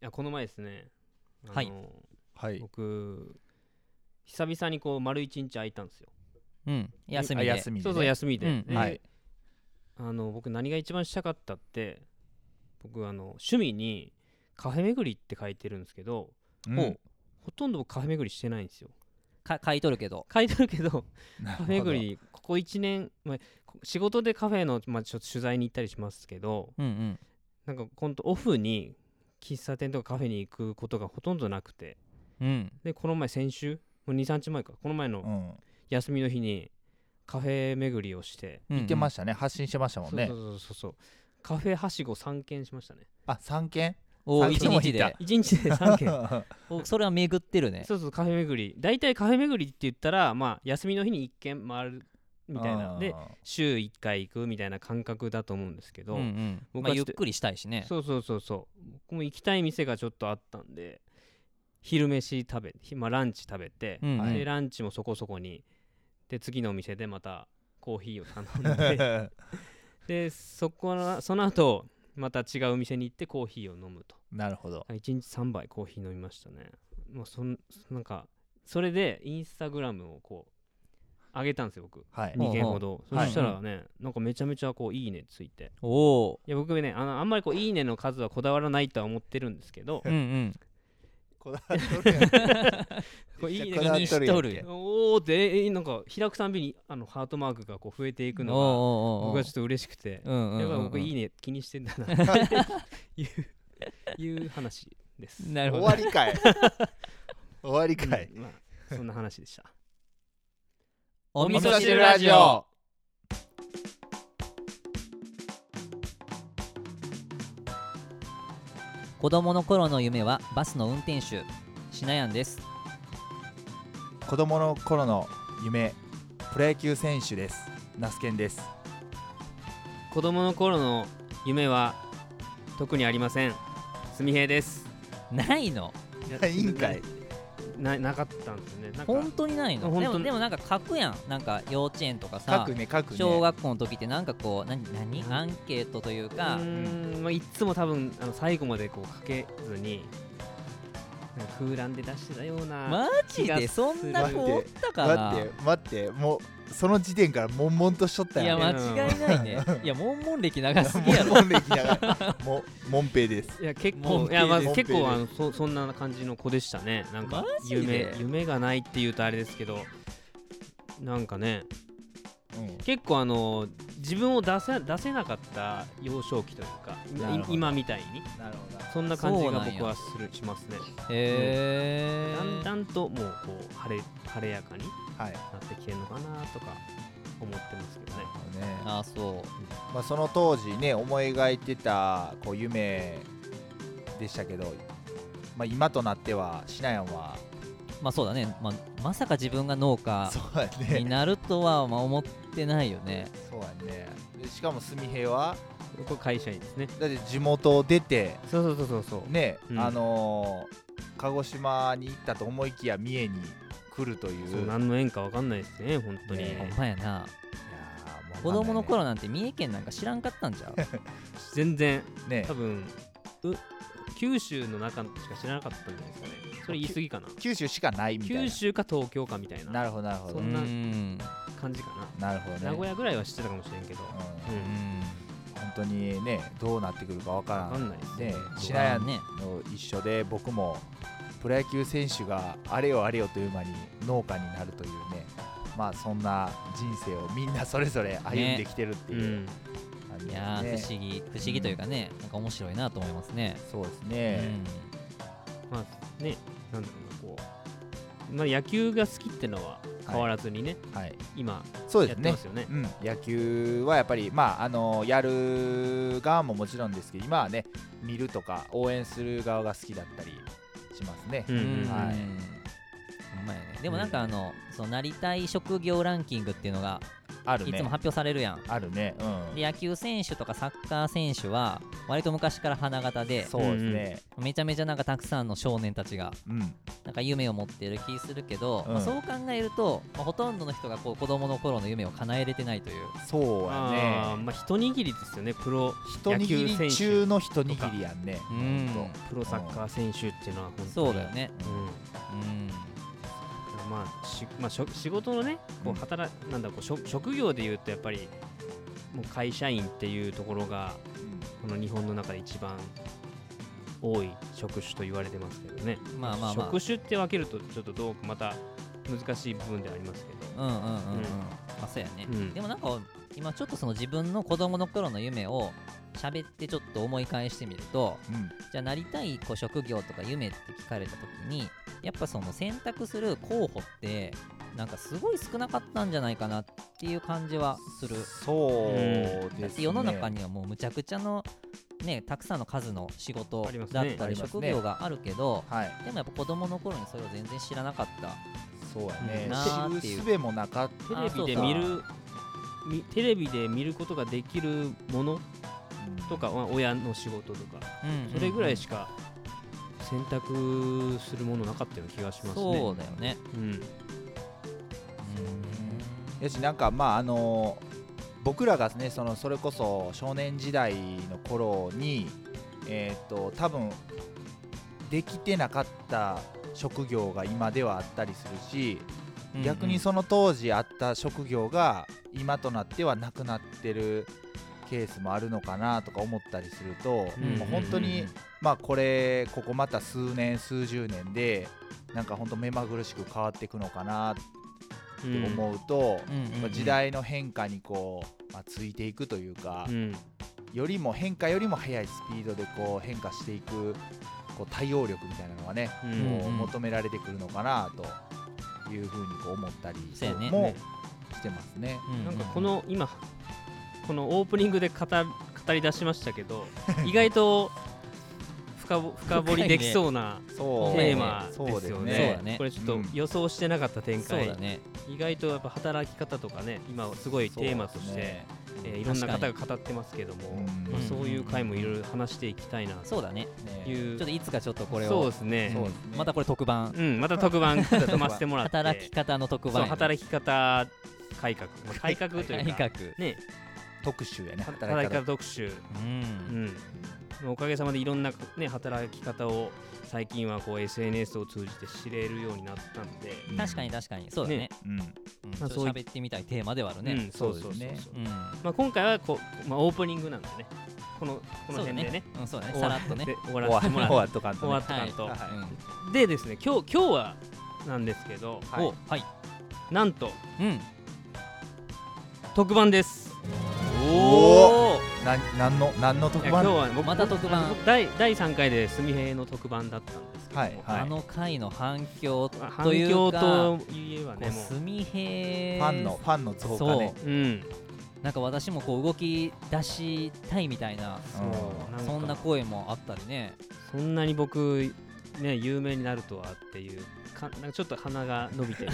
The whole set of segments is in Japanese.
やこの前ですねあのはいはい。僕久々にこう丸一日空いたんですようん休みであ休みでそうそう休みで、うんではいあの僕何が一番したかったって僕あの趣味にカフェ巡りって書いてるんですけどうんもうほとんど僕カフェ巡りしてないんですよか買い取るけど書いてあるけどなカるほフどェ巡りここ1年、まあ、こ仕事でカフェの、まあ、ちょっと取材に行ったりしますけどうんうんなんか今度オフに喫茶店とかカフェに行くことがほとんどなくてうんでこの前先週もう23日前かこの前うのん。休みの日にカフェ巡りをして、行行ってまししたね。発信してましたもんねそう。そうそうそうそうカフェはしご3軒しましたねあ、三件おさおっ一きも日行っでた1日で3 軒はおそれは巡ってるねそうそうカフェ巡り大体カフェ巡りって言ったらまあ休みの日に1軒回るみたいなで、週1回行くみたいな感覚だと思うんですけど、うんうん僕まあはちゆょっっとくりしたいしねそうそうそうそう僕も行きたい店がちょっとあったんで昼飯食べひまあランチ食べて、うんうんでランチもそこそこにで次のお店でまたコーヒーをう頼んで んでそこらその後また違う店に行ってコーヒーを飲むと なるほど。 1日3杯コーヒー飲みましたねもうそんなんかそれでインスタグラムをこう上げたんですよ僕はい。うん2件ほどそはいしたらね、なんかめちゃめちゃこういいねついておおいや僕ねあのあんまりこういいねの数はこだわらないとは思ってるんですけ どうんうんこだわっとるやんこういいねがこだわっ気にとしるとやんるやんおおでえーなんか開くたんびにあのハートマークがこう増えていくのがおうおうおう僕はちょっと嬉しくてう、んうんうんうやんっぱ僕いいね気にしてんだな っていういう話です。なるほ終どわりかい。終わりかい。うんまあそんな話でした。お味味噌噌汁汁ララジジオオ子供の頃の夢はバスの運転手しなやんです子供の頃の夢、プロ野球選手です。ナスケンです。子供の頃の夢は特にありません。すみへい です。ないの いいんかい。ななかったんですよね。なんか本当にないの本で当もにでもなんか書くやんなんか幼稚園とか書さくね、書くね。小学校の時ってなんかこう何何アンケートというかうーんまあ、いっつも多分あの最後までこうかけずになんか空欄で出してたような。マジでそんな子おったかな待って、待って、もう、その時点から悶々としとったいやよね。間違いないねいやもんもん歴長すぎや 悶ろ々歴ながら、もう、もんぺいです。いや結モン構ペいイや、まあ、です結モンペ構イあのそそんな感じの子でしたねなんかマジ夢で夢がないっていうとあれですけどなんかねうん結構あの自分を出せ出せなかった幼少期というかなるほどい今みたいになるほど。そんな感じそうがなんや僕はするしますねへだんえだんともうこう晴れ晴れやかにはなっい。てきてるのかなとか思ってますけどねねあそうまあ、その当時ね思い描いてたこう夢でしたけど、まあ、今となってはシナヤンはまあそうだね、まあ、まさか自分が農家そうやになるとはまあ思ってないよねそうやねでしかも純平はこれ会社員ですねだって地元を出てそうそうそうそうそうね、うんあのー鹿児島に行ったと思いきや三重に来るというそう何の縁かわかんないですね本当に、ねほんまやないやーも子う供のわかん頃なんて三重県なんか知らんかったんじゃう全然ないね多ね分う九州の中しか知らなかったんじゃないですかねそれ言い過ぎかな九州しかないみたいな九州か東京かみたいななるほどなるほそどんなうん感じかななるほどね名古屋ぐらいは知ってたかもしれんけどううんうんん本当にねどうなってくるかわからわかんないですねね知シらナんヤやンんねの一緒で僕もプロ野球選手があれよあれよという間に農家になるというねまあそんな人生をみんなそれぞれ歩んできてるってういうん感じいですね、やー不思議不思議というかね、なんか面白いなと思いますね、そうですね、まあねなんだろうなこうまあ野球が好きってのは変わらずにね、はい今そうでやっすてねますよねうん、野球はやっぱり、まあ、あのやる側ももちろんですけど今はね見るとか応援する側が好きだったりしますね、うんううんんはいほんまやねでもなんかあの、そのなりたい職業ランキングっていうのがあるいつもね発表されるやんあるねうんで野球選手とかサッカー選手は割と昔から花形でそうですねめちゃめちゃなんかたくさんの少年たちがうんなんか夢を持っている気するけど、うんまあそう考えると、まあほとんどの人がこう子供の頃の夢を叶えれてないというそうあやーねまあ一握りですよねプロ一握り中の一握りやんねうんほんプロサッカー選手っていうのは本当にそうだよねうとんうんまあしまあ、しょ仕事のねこうんう働、なんだこうしょ職業でいうとやっぱりもう会社員っていうところがうんこの日本の中で一番多い職種と言われてますけどね、まあまあまあ職種って分けるとちょっとどうまた難しい部分ではありますけどうんうんうんうん、うんまあそうやね、うんでもなんか今ちょっとその自分の子供の頃の夢を喋ってちょっと思い返してみるとうんじゃあなりたいこう職業とか夢って聞かれた時にやっぱその選択する候補ってなんかすごい少なかったんじゃないかなっていう感じはするそうだでっすてね世の中にはもうむちゃくちゃのねたくさんの数の仕事ありますねだったありります職ね業があるけどはいでもやっぱ子供の頃にそれを全然知らなかったそうやねなーって知いうる術もなかっテあレビでそうか見るみテレビで見ることができるものたとか、まあ、親の仕事とかそれぐらいしか選択するものなかったような気がしますね。そうだよねうんやしなんかまああの僕らがねそのそれこそ少年時代の頃にえっ、と多分できてなかった職業が今ではあったりするし、うん逆にその当時あった職業が今となってはなくなってるケースもあるのかなとか思ったりすると、うんもう本当に、うんまあこれここまた数年数十年でなんか本当目まぐるしく変わっていくのかなってうん思うと、うんうんうんまあ時代の変化にこう、まあ、ついていくというか、うんよりも変化よりも速いスピードでこう変化していくこう対応力みたいなのがね、うこうんうんうん求められてくるのかなというふうにこう思ったりそうやねもしてますね。うんうんなんかこの今このオープニングで語る語り出しましたけど意外と深ぼ深掘りできそうなそうテーマですよそうねそうだねこれちょっとうん予想してなかった展そう開、だね意外とやっぱ働き方とかね今すごいテーマとして、そうえーでいすねろんな方が語ってますけども、うんまあ、そういう回もいろいろ話していきたいなとそうだねいねちょうっといつかちょっとこれそうをですねそうですねまたこれ特番うん、また特番組ませてもらって働き方の特そう番働き方改革まあ改革という 改か革ね特集やね働働きき方方特集、ううんん、おかげさまでいろんな、ね、働き方を最近はこう SNS を通じて知れるようになったんで、うん確かに確かにそうだねうんうんまあちょっと喋ってみたいテーマではあるねうん、そうそうそうそうですそううんまあ、今回はこう、まあ、オープニングなんでねこのこのそうだ辺でねうんそうだね終さわらっとねで終わ終らわせてもら終わっっとかんと終ねわったかんと、はいうんでですね今日今日はなんですけど、はいおはいなんとうん特番ですおなんなんのなんのい特や今番日は僕また特番僕第第3回で純平の特番だったんですけども、はいはいあの回の反響まあ反という響かといえばねもう、すみへファンのファンの増加ね。うん、なんか私もこう動き出したいみたいなうんかそんな声もあったりねそんなに僕ね有名になるとはっていうかなんかちょっと鼻が伸び て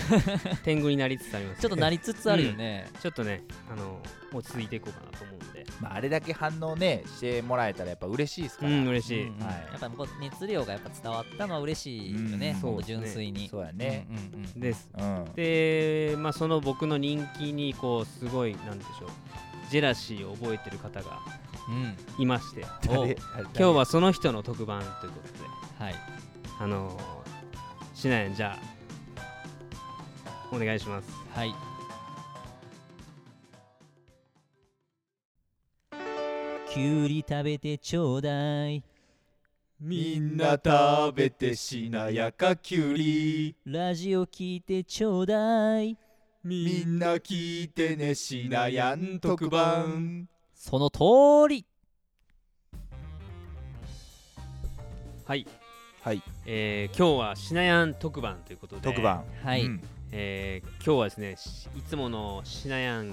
天狗になりつつありますちょっとなりつつあるよねちょっとねあの落ち着いていこうかなと思うんでまああれだけ反応ねしてもらえたらやっぱ嬉しいですうから。ん嬉しい、うんうんはいやっぱこう熱量がやっぱ伝わったのは嬉しいよねうんほんそうとですね純粋にそうやね。うんうんうんですうん。でまあその僕の人気にこうすごいなんでしょうジェラシーを覚えてる方がうんいまして誰お誰今日はその人の特番ということではいあのー、しなやんじゃあお願いしますはいきゅうり食べてちょうだいみんな食べてしなやかきゅうりラジオ聞いてちょうだいみんな聞いてねしなやん特番その通りはい、はいえー、今日はしなやん特番ということで特番はい、うんえー、今日はですねしいつものしなやん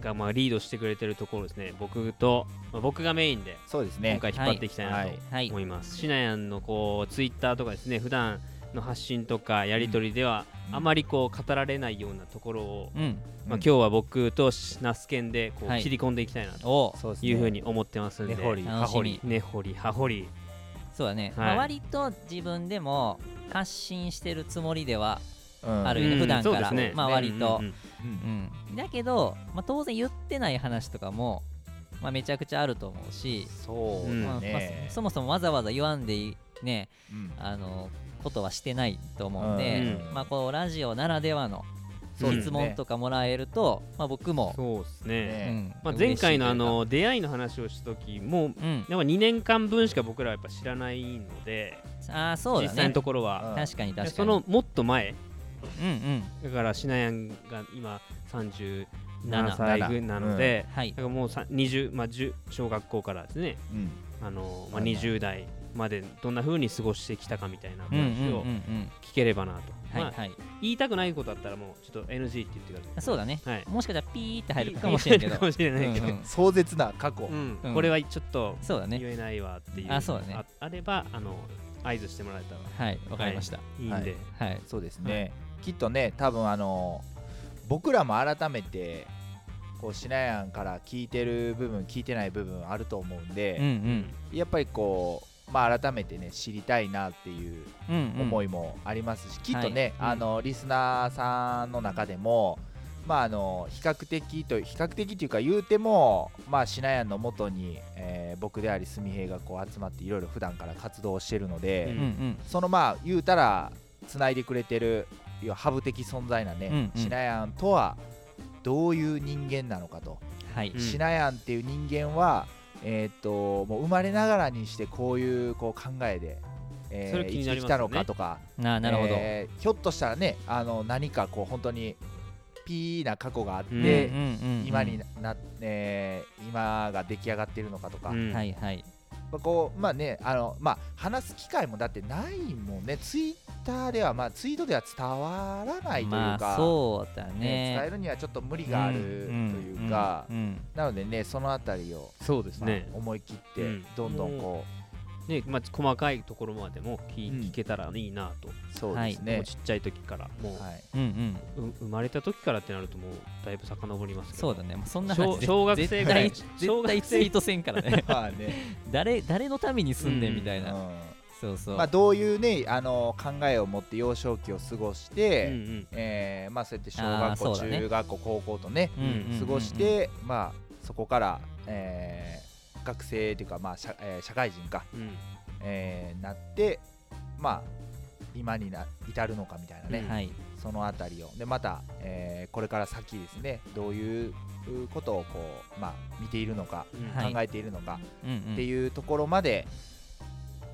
がまあリードしてくれてるところですね僕と、まあ、僕がメインでそうです今ね回引っ張っていきたいなとはい思います、しなやんのこうツイッターとかですね普段の発信とかやり取りではうんあまりこう語られないようなところを、うんまあ、今うん日は僕とナスケンでこはうい切り込んでいきたいなとおそうですねいうふうに思ってますんで、根掘り楽葉し掘みり根掘り葉掘りそうだね、はいまあ割と自分でも発信してるつもりではうんある意味うん普段からそうですねまあ割とうんうんうんうんだけど、まあ、当然言ってない話とかも、まあ、めちゃくちゃあると思うし、そううんまあだまあねそもそもわざわざ言わんでいいねうんあのことはしてないと思うんで、うんまあ、こうラジオならではのそうですね質問とかもらえると、まあ、僕も、そうですねねうんまあ、前嬉しいとい回うかのあの出会いの話をした時もうやん、っぱ2年間分しか僕らはやっぱ知らないので、ああそう実だ際ねのところは、うん確かに確かにそのもっと前うんうんだからシナヤンが今37歳ぐなので、はいだからもうさ20、まあ、10小学校からですねうんあの、まあ、あの20代までどんな風に過ごしてきたかみたいなうんうん話うんをうん聞ければなと、はいまあ、はい言いたくないことあったらもうちょっと NG って言ってくださいそうだねはいもしかしたらピーって入るかもしれんけ言いたどかもしれないけど、うんうん壮絶な過去うんうんこれはちょっとそうだね言えないわっていうあそうだねああればあの合図してもらえたらはいわかりましたいいんで、はいそうですね、きっとね多分あの僕らも改めてこうシナヤンから聞いてる部分聞いてない部分あると思うんうんうで、んやっぱりこう、まあ、改めてね知りたいなっていううんうん思いもありますし、きっとね、はいあのリスナーさんの中でも、まあ、あの比較的と比較的というか言うても、まあ、シナヤンのもとに、えー僕であり純平がこう集まっていろいろ普段から活動してるので。うんうんうんそのまあ言うたらつないでくれてるいやハブ的存在なね、うんうんシナヤンとはどういう人間なのかと、はいうシナヤンっていう人間は、えーっともう生まれながらにしてこういうこう考えで、えそれ気になりますよ生きてねきたのかとかななるほどえーひょっとしたらねあの何かこう本当にピーな過去があって、うんうんうんうん今にな、えー今が出来上がってるのかとか、うんはいはいまあこうまあねあのまあ話す機会もだってないもんねツイッターではまあツイートでは伝わらないというか、まあそうだね伝えねるにはちょっと無理があるというか、うんうんなのでねそのあたりを、そうですまあね,、思い切っうてんどんどんこねまあ、細かいところまでも聞,、うん聞けたらいいなと、う、そうですもうね、ちっちゃい時からもう、はいうんうんう生まれた時からってなるともうだいぶ遡りますけどそうだねもうそんな小話小学生絶ぐら対い絶対ツイートせんからねまあね、誰誰のために住んでんみたういんなそうそうまあどういうねあの考えを持って幼少期を過ごしうて、んえーまあそうやって小あー学校、そうだね中学校高校とねうんうんうんうん過ごして、まあそこから、えー学生というか、まあ社えー社会人か、うんうんえーなってまあ今にな至るのかみたいなね、はいそのあたりをでまた、えーこれから先ですねどういうことをこう、まあ、見ているのか、うんはい考えているのかうんうんっていうところまで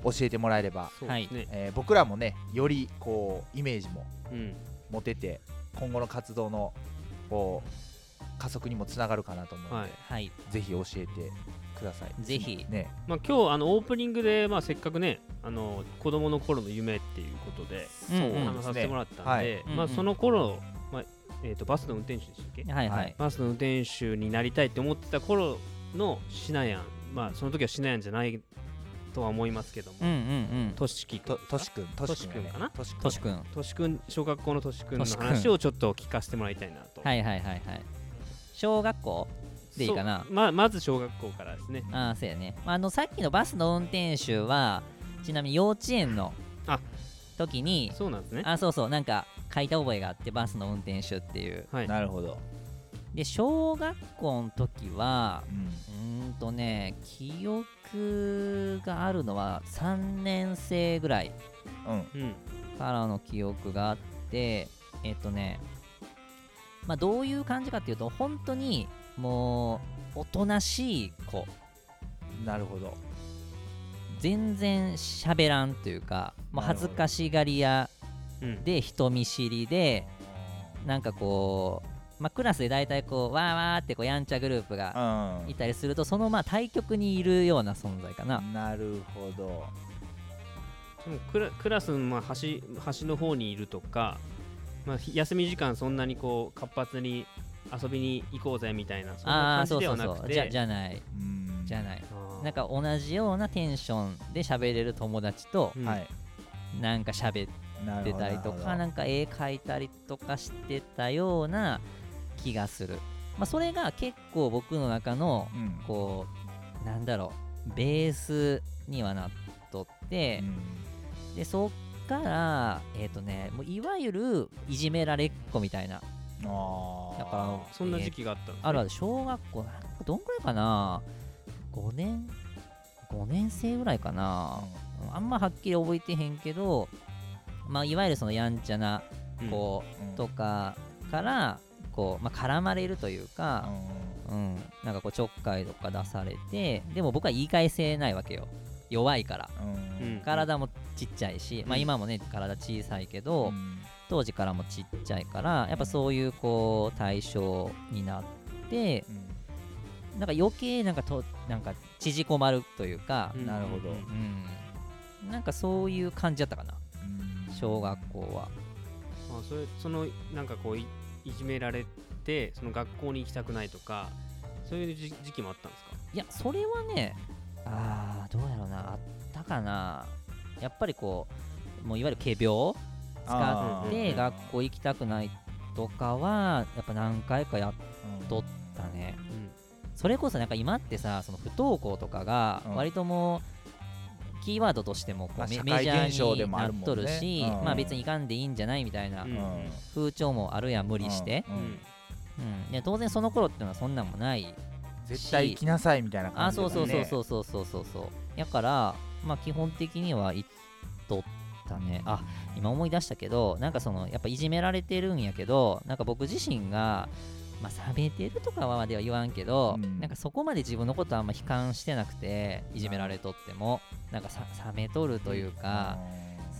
教えてもらえれば、そうですね、えー僕らもねよりこうイメージもうん持てて今後の活動のこう加速にもつながるかなと思うので、はいはいぜひ教えてください。ぜひね、まあ、今日あのオープニングで、まあ、せっかくねあの子供の頃の夢っていうことで、そううんおなん話しですさせてもね。らったんで、はいまあ、うんうんその頃、まあえー、とバスの運転手でしたっけはいははいいバスの運転手になりたいって思ってた頃のシナヤン、まあ、その時はシナヤンじゃないとは思いますけども、うんうんうんトシキ君とですかとしくん、としくとしくんんかなとしくんとしくんはいトシ君小学校のトシ君のトシ君話をちょっと聞かせてもらいたいなと。はいはいはい小学校でいいかなそうままず小学校からですね。ああそうやね、まあ、あのさっきのバスの運転手はちなみに幼稚園のあ時にそうなんですね。あそうそうなんか書いた覚えがあってバスの運転手っていうはい。なるほど。で小学校の時はうんうーんとね記憶があるのは3年生ぐらいうんうん。からの記憶があってえっとねまあどういう感じかっていうと本当にもうおとなしい子なるほど。全然喋らんというかもうなるほ恥どずかしがり屋うん。で人見知りでなんかこう、まあ、クラスで大体こうわーわーってこうやんちゃグループがいたりするとそのまあ対局にいるような存在かう、なんなるほど。でもクラクラスのまあ端端の方にいるとか、まあ、ひ休み時間そんなにこう活発に遊びに行こうぜみたいなそんあなあ感ーじそうでそはうなそくうじゃてじゃないうんじゃないあーなんか同じようなテンションで喋れる友達とうんはい。なんか喋っなってるほどたりとかななるんか絵描いたりとかしてたような気がする、まあ、それが結構僕の中のほどうんこうなんだろうベースにはなっとって、でそっからえっ、とねもういわゆるいじめられっ子みたいなうんあーだからそんな時期があったんですね、あるある小学校なんかどんくらいかな5年5年生ぐらいかなあんまはっきり覚えてへんけどまあいわゆるそのやんちゃなうん子うんとかからこう、まあ、絡まれるといううか、んうん、なんかこうちょっかいとか出されてでも僕は言い返せないわけよ弱いからうんうん体もちっちゃいし、まあうん今もね体小さいけうど、ん当時からもちっちゃいからやっぱそういうこう対象になってうんなんか余計なんかとなんか縮こまるというか、うんなるほどうんうん、なんかそういう感じだったかなうん小学校は。あそれそのなんかこういいじめられてその学校に行きたくないとかそういう時時期もあったんですかいやそれはねあーどうやろうなあったかなやっぱりこうもういわゆる仮病使あっーて学校行きたくないとかはやっぱ何回かやっうんとったねうんそれこそなんか今ってさその不登校とかがうん割ともうキーワードとしてもこうまあメ社メ会ジャ現象ーでにもあなっるもんねとるしうんまあ別にいかんでいいんじゃないみたいなうんうん風潮もあるやん無理してうんうんうんいや当然その頃っていうのはそんなんもない絶対行きなさいみたいなあ感じだそうねそうそうそうそうそうそうそうやからまあ基本的には行っとったねあ今思い出したけどなんかそのやっぱいじめられてるんやけどなんか僕自身がまあ冷めてるとかはまでは言わんけど、うんなんかそこまで自分のことあんま悲観してなくていじめられとってもなんかさ冷めとるというか、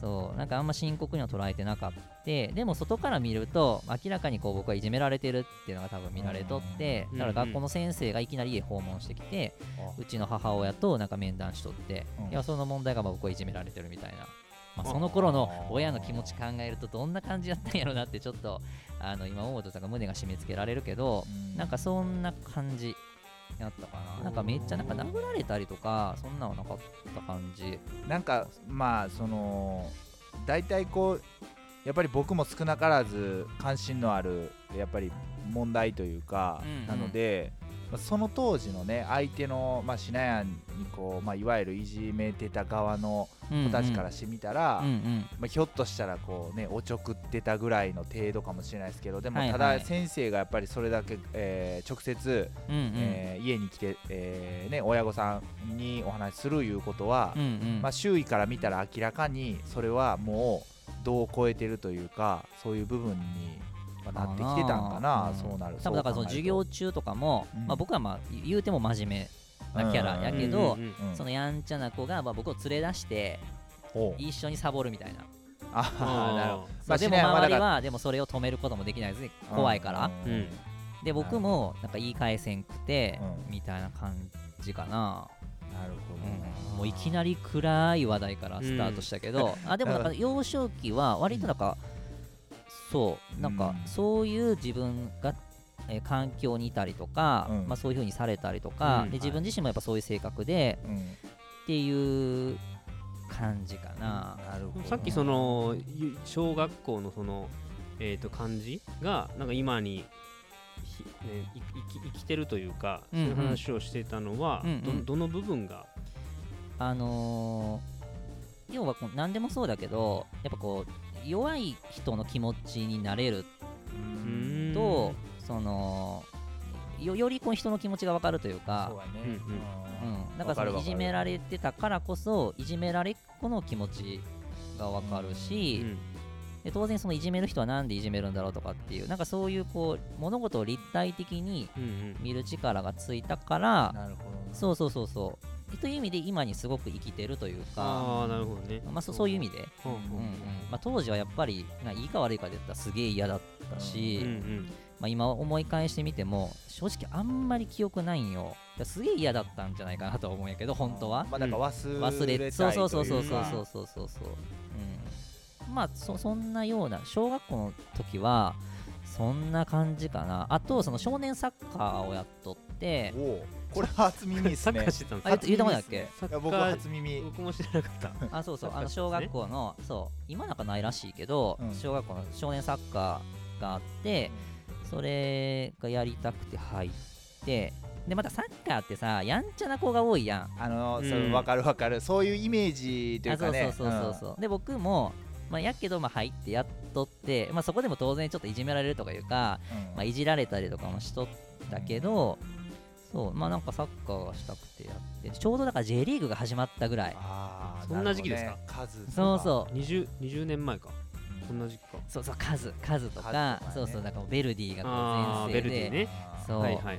そうなんかあんま深刻には捉えてなかったでも外から見ると明らかにこう僕はいじめられてるっていうのが多分見られとってうんだから学校の先生がいきなり家訪問してきてあうちの母親となんか面談しとってうんいやその問題がまあ僕はいじめられてるみたいな。まあ、あその頃の親の気持ち考えるとどんな感じだったんやろなってちょっとあの今思うとなんか胸が締め付けられるけどうんなんかそんな感じやったかななんかめっちゃなんか殴られたりとかそんなんはなかった感じなんかまあその大体こうやっぱり僕も少なからず関心のあるやっぱり問題というか、うんうんなので、まあその当時のね相手の、まあ、シナヤンにこう、まあ、いわゆるいじめてた側の子たちからしてみたら、うんうんまあ、ひょっとしたらこうねおちょくってたぐらいの程度かもしれないですけどでもはいはたいだ先生がやっぱりそれだけ、えー直接、うんうんえー家に来て、えーね、親御さんにお話しするいうことは、うんうんまあ、周囲から見たら明らかにそれはもう度を超えてるというかそういう部分にまあなってきてたんかなうんそうなる多分だからそのう授考えると業中とかも、うんまあ、僕はまあ言うても真面目なキャラやけど、うんうんうんうんそのやんちゃな子がまあ僕を連れ出しておう一緒にサボるみたいな、ああなるほどそうでもしなやんは周だりからはでもそれを止めることもできないですね怖いから、うんうんで僕もなんか言い返せんくて、うんみたいな感じかな、なるほうどんなもういきなり暗い話題からスタートしたけど、あでもなんか幼少期は割となんか、そうなんかうんそういう自分が、えー環境にいたりとか、うんまあ、そういうふうにされたりとか、うんで自分自身もやっぱそういう性格でうっんていう感じかな。なるほどさっきそのゆ小学校のその、えー、と漢字がなんか今にひ、ね、い生き生きてるというか、うんうんそういう話をしてたのは、うんうんどどの部分が、あのー要はこう何でもそうだけどやっぱこう弱い人の気持ちになれるうんと、そのよよりこう人の気持ちが分かるというかそうだねうんうん、だかわらかそるのいじめられてたからこそいじめられっ子の気持ちが分かるうし、んで当然そのいじめる人はなんでいじめるんだろうとかっていうなんかそういうこう物事を立体的にうんうん見る力がついたからなるほどなそうそうそうそうという意味で今にすごく生きてるというかああなるほどね、まあ、そそういう意味で、うんうんうんまあ、当時はやっぱりなんかいいか悪いかで言ったらすげえ嫌だったし、うんうんまあ、今思い返してみても正直あんまり記憶ないんよだからすげえ嫌だったんじゃないかなと思うんやけど本当はまあだから忘れ忘たいれというかそうそうそうそうそうそうそうそうそう、うん、まあそそんなような小学校の時はそんな感じかなあとその少年サッカーをやっとっておうこれ初耳ですサッカねーしてたんであす言かって言ったもんだっけサッいカやー僕は初耳僕も知らなか ったあそうそサッうカーあの小学校のそう今なんかないらしいけど、うん小学校の少年サッカーがあってそれがやりたくて入ってでまたサッカーってさやんちゃな子が多いやんあのうんそれ分かる分かるそういうイメージというあそかうそねうそうそうそう、で僕もまあ、やっけど、まあ、入ってやっとって、まあ、そこでも当然ちょっといじめられるとかいうか、うんまあ、いじられたりとかもしとったけど、そうまあなんかサッカーがしたくてやってちょうどだから J リーグが始まったぐらいあーそんな時期ですかるほどね数とかそうそう 20, 20年前かそんな時期かそうそう数数とか数とかねそうそうだからベルディがこあうーベ前世ルデでィねあーそうはいはいはい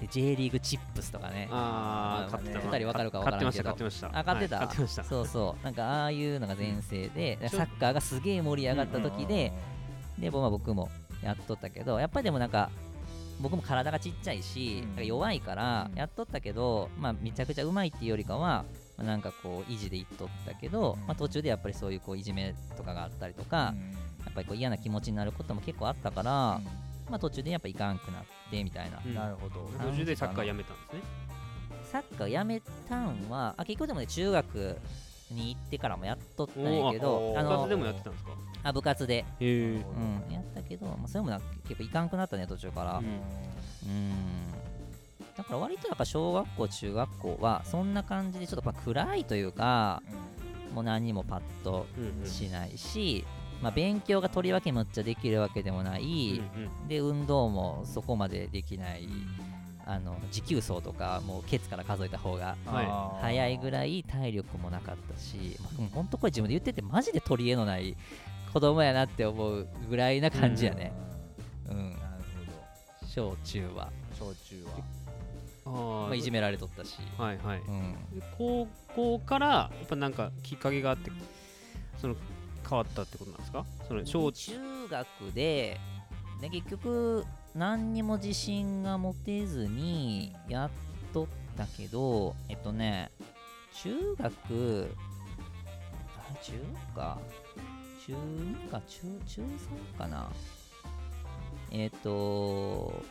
で J リーグチップスとかねああまあ買ってたねな二人分かるか分からんけど買ってましたあ買ってたはい買ってましたそうそうなんかああいうのが全盛でうんサッカーがすげえ盛り上がった時でうんうんうんでまあ僕もやっとったけどやっぱりでもなんか僕も体がちっちゃいしうんなんか弱いからうんやっとったけどまあめちゃくちゃうまいっていうよりかはまあなんかこう維持でいっとったけどうんまあ途中でやっぱりそういうこういじめとかがあったりとうかんやっぱりこう嫌な気持ちになることも結構あったからまあ途中でやっぱいかんくなってみたいなうんなるほどあ途中でサッカーやめたんですねサッカーやめたんはあ結局でもね中学に行ってからもやっとったんやけどおあー部活のでもやってたんですかあ部活で、へえうん、やったけど、まあ、それもなんか結構いかんくなったね途中からううんんだから割となんか小学校中学校はそんな感じでちょっとまあ暗いというかもう何にもパッとうんうんしないし、まあ、勉強がとりわけむっちゃできるわけでもない、うんうんで運動もそこまでできないあの持久走とかもうケツから数えた方がはい早いぐいらい体力もなかったし、まあ、本当これ自分で言っててマジで取り柄のない子供やなって思うぐらいな感じやね、うんなる小中は、ほど焼酎はあまあ、ーいじめられとったし、はいはいうん、で高校からやっぱなんかきっかけがあってその変わったってことなんですかその小中中学でで結局何にも自信が持てずにやっとったけどえっとね中学あれ中か中2か中中3かなえっと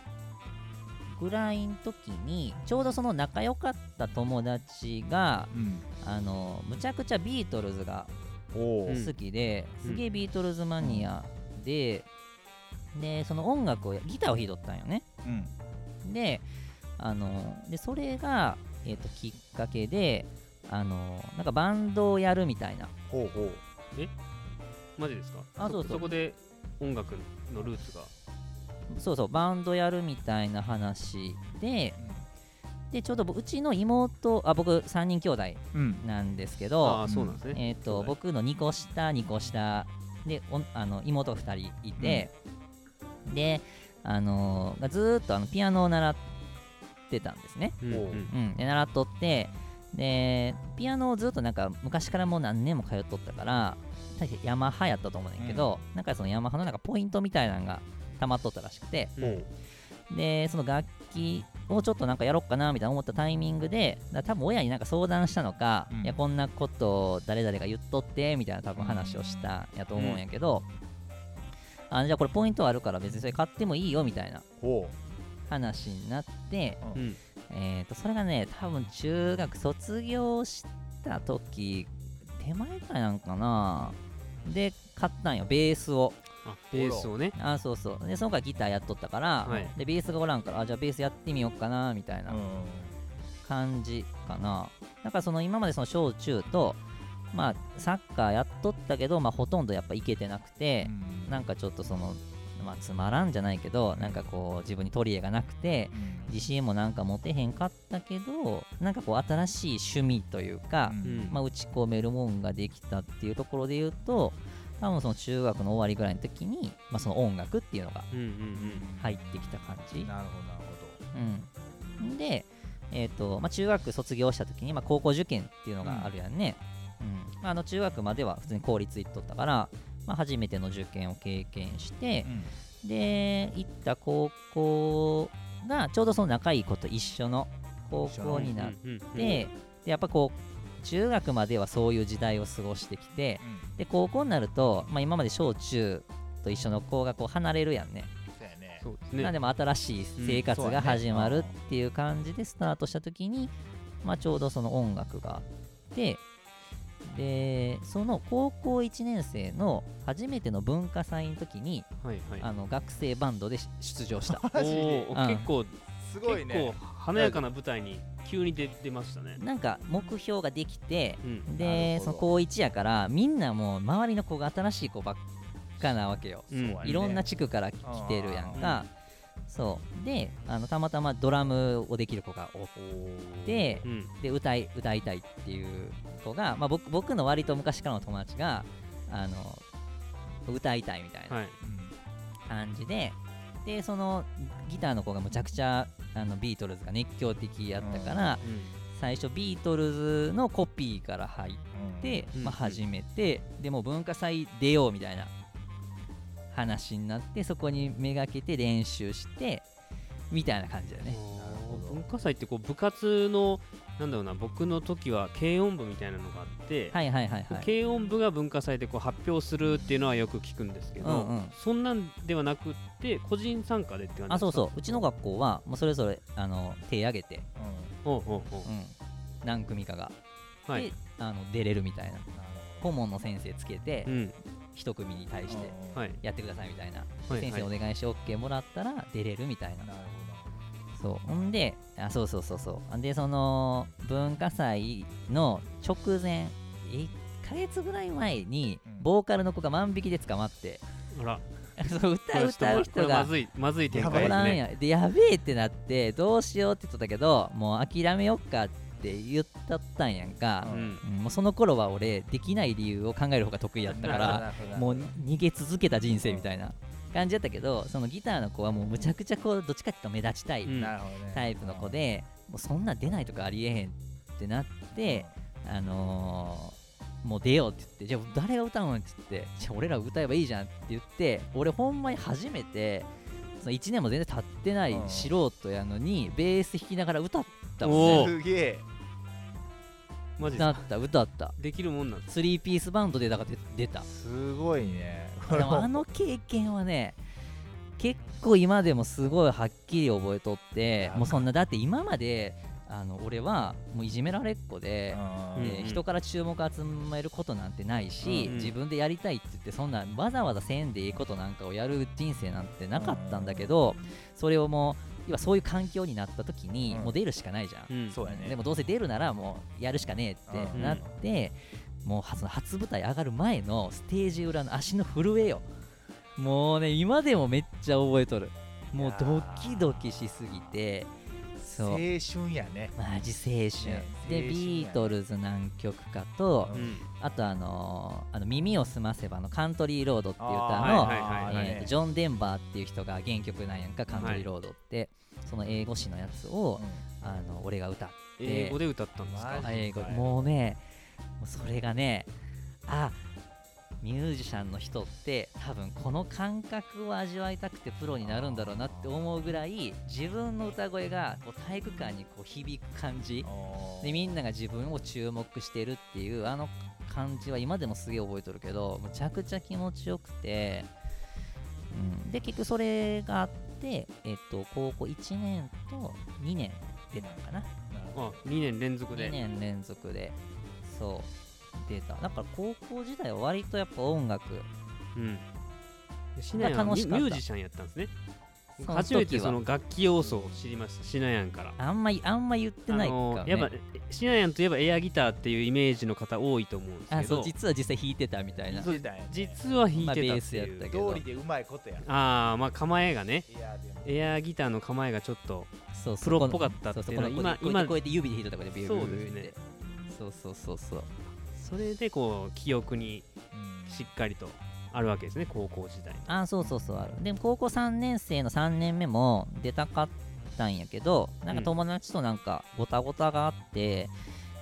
ぐらいの時にちょうどその仲良かった友達がうんあのむちゃくちゃビートルズがおーうん好きで、うんすげえビートルズマニアで、でその音楽をやギターを弾いとったんよねうんであのでそれが、えー、ときっかけであのなんかバンドをやるみたいなほうほうマジですかあそうそうそこで音楽のルーツがそうそうバンドやるみたいな話ででちょうど僕うちの妹あ僕3人兄弟うんなんですけあどあそうなんですねえー、と兄弟僕の2個下2個下でおんあの妹が2人いて、であのーずーっとあのピアノを習ってたんですね、うんうんうん、で習っとってでピアノをずっとなんか昔からもう何年も通っとったから確かヤマハやったと思うねんけど、なんかそのヤマハのなんかポイントみたいなのが溜まっとったらしくてうんでその楽器をちょっとなんかやろっかなみたいな思ったタイミングでだ多分親になんか相談したのか、うんいやこんなことを誰々が言っとってみたいな多分話をしたんやと思うんやけど、あじゃあこれポイントあるから別にそれ買ってもいいよみたいなほ話になって、うんうんえー、とそれがね多分中学卒業した時手前かなんかなで買ったんよベースをあベースをねあそうそうでその子はギターやっとったから、はいでベースがおらんからあじゃあベースやってみようかなみたいうなうん感じかな、だからその今までその小中とまあサッカーやっとったけど、まあ、ほとんどやっぱいけてなくて、なんかちょっとその、まあ、つまらんじゃないけどなんかこう自分に取り柄がなくて自信もなんか持てへんかったけどなんかこう新しい趣味というか、うんまあ、打ち込めるもんができたっていうところで言うと多分その中学の終わりぐらいの時に、まあ、その音楽っていうのがうんうん入ってきた感じ、なるほどなうるん、で、えーとまあ、中学卒業した時に、まあ、高校受験っていうのがあるやんね、うんまあ、あの中学までは普通に公立行っとったから、まあ、初めての受験を経験してほどで行った高校がちょうどその仲いい子と一緒の高一緒校のうんになっうんうんうんてでやっぱこう中学まではそういう時代を過ごしてきてうんで高校になると、まあ、今まで小中と一緒の子がこう離れるやんねそうやねねそうですなんねでも新しい生活うんそうだがね始まるっていう感じでスタートした時に、まあ、ちょうどその音楽があってでその高校1年生の初めての文化祭の時にはいはいあの学生バンドでし出場したマジでおーうん結構すごい結構ね華やかな舞台に急に出てましたねなんか目標ができてうんなるでほどその高1やからみんなもう周りの子が新しい子ばっかなわけようんそうやねいろんな地区から来てるやんか、そうであのたまたまドラムをできる子が多くてうんで歌い歌いたいっていう子が、まあ、僕僕の割と昔からの友達があの歌いたいみたいなはい感じで、でそのギターの子がむちゃくちゃあのビートルズが熱狂的やったから、最初ビートルズのコピーから入っうんて、うんまあ、始めて、でもう文化祭出ようみたいな話になってそこにめがけて練習してみたいな感じだよね。なるほど文化祭ってこう部活のなんだろうな僕の時は軽音部みたいなのがあって、はいはいはいはい。軽音部が文化祭でこう発表するっていうのはよく聞くんですけど、うんうんそんなんではなくって個人参加でって感じあそうそううちの学校はもうそれぞれあの手挙げて、うほうほうほうん、何組かが、うはいであの出れるみたいなんなるほ顧問の先生つけてうん一組に対どしてうんはいやってくださいみたいな、はい先生おはい願いして OK もらったら出れるみたいな、なるそうほんであそうそうそうそうでその文化祭の直前1ヶ月ぐらい前にうんボーカルの子が万引きで捕まって、 あらそうこ歌れうちょっとこれ歌う人まがずいまずい展やば開いおですらんねやでやべえってなってどうしようって言っとったけどもう諦めよっかって言ったったんやんかう、んうんもうその頃は俺できない理由を考える方が得意やっほたどかならるほどもう逃げ続けた人生みたいな感じやったけどそのギターの子はもうむちゃくちゃこうどっちかっていうと目立ちたいうんなるほどねタイプの子でもうそんな出ないとかありえへんってなってあのーもう出ようって言ってじゃあ誰が歌うんって言ってじゃあ俺ら歌えばいいじゃんって言って俺ほんまに初めてその1年も全然経ってないうん素人やのにベース弾きながら歌ったもんおねーすげえマジで歌すった歌ったできるもんなんです3ピースバンドでだから出たすごいねでもあの経験はね結構今でもすごいはっきり覚えとってもうそんなだって今まであの俺はもういじめられっ子で、うんで人から注目集めることなんてないし、うん自分でやりたいって言ってそんなわざわざせんでいいことなんかをやる人生なんてなかったんだけど、それをもう要はそういう環境になった時に、うんもう出るしかないじゃん、うんそうやねでもどうせ出るならもうやるしかねえってなって、もうはその初舞台上がる前のステージ裏の足の震えよもうね今でもめっちゃ覚えとるもうドキドキしすぎてそう青春やねマジ青春、ね青春でやビートルズ何曲かと、うんうんあとあのーあの耳をすませばのカントリーロードっていう歌の、あーはいはいはいはいえーとジョン・デンバーっていう人が原曲なんやんかカントリーロードって、その英語詞のやつを、あの俺が歌っ英語で歌ったんですかマジた英語はいもうねもうそれがねあミュージシャンの人って多分この感覚を味わいたくてプロになるんだろうなって思うぐらい自分の歌声がこう体育館にこう響く感じでみんなが自分を注目してるっていうあの感じは今でもすげえ覚えとるけどむちゃくちゃ気持ちよくて、うん、で結局それがあって、えっと、高校1年と2年出たのかなあ2年連続2で年連続でそう出ただから高校時代は割とやっぱ音楽うんシナがヤンは楽ミしュかったミュージシャンやったんですねその初め時てはその楽器要素を知りましたシナヤンからあんまりあんま言ってないかあら、のね、やっぱシナヤンといえばエアギターっていうイメージの方多いと思うんですあけそうど実は実際弾いてたみたいなそうだよね実は弾いてまたあっベてースやっいたうけ道ど理でうまいことやああまあ構えがねいやでもエアギターの構えがちょっとそうそうプロっぽかったそうってそういうこののは今こうやっ今てこうやって指で弾いたとこでビュービュービューってそそうそうそうそうそれでこう記憶にしっかりとあるわけですね高校時代あそうそうそうあるでも高校3年生の3年目も出たかったんやけどなんか友達となんかごたごたがあって、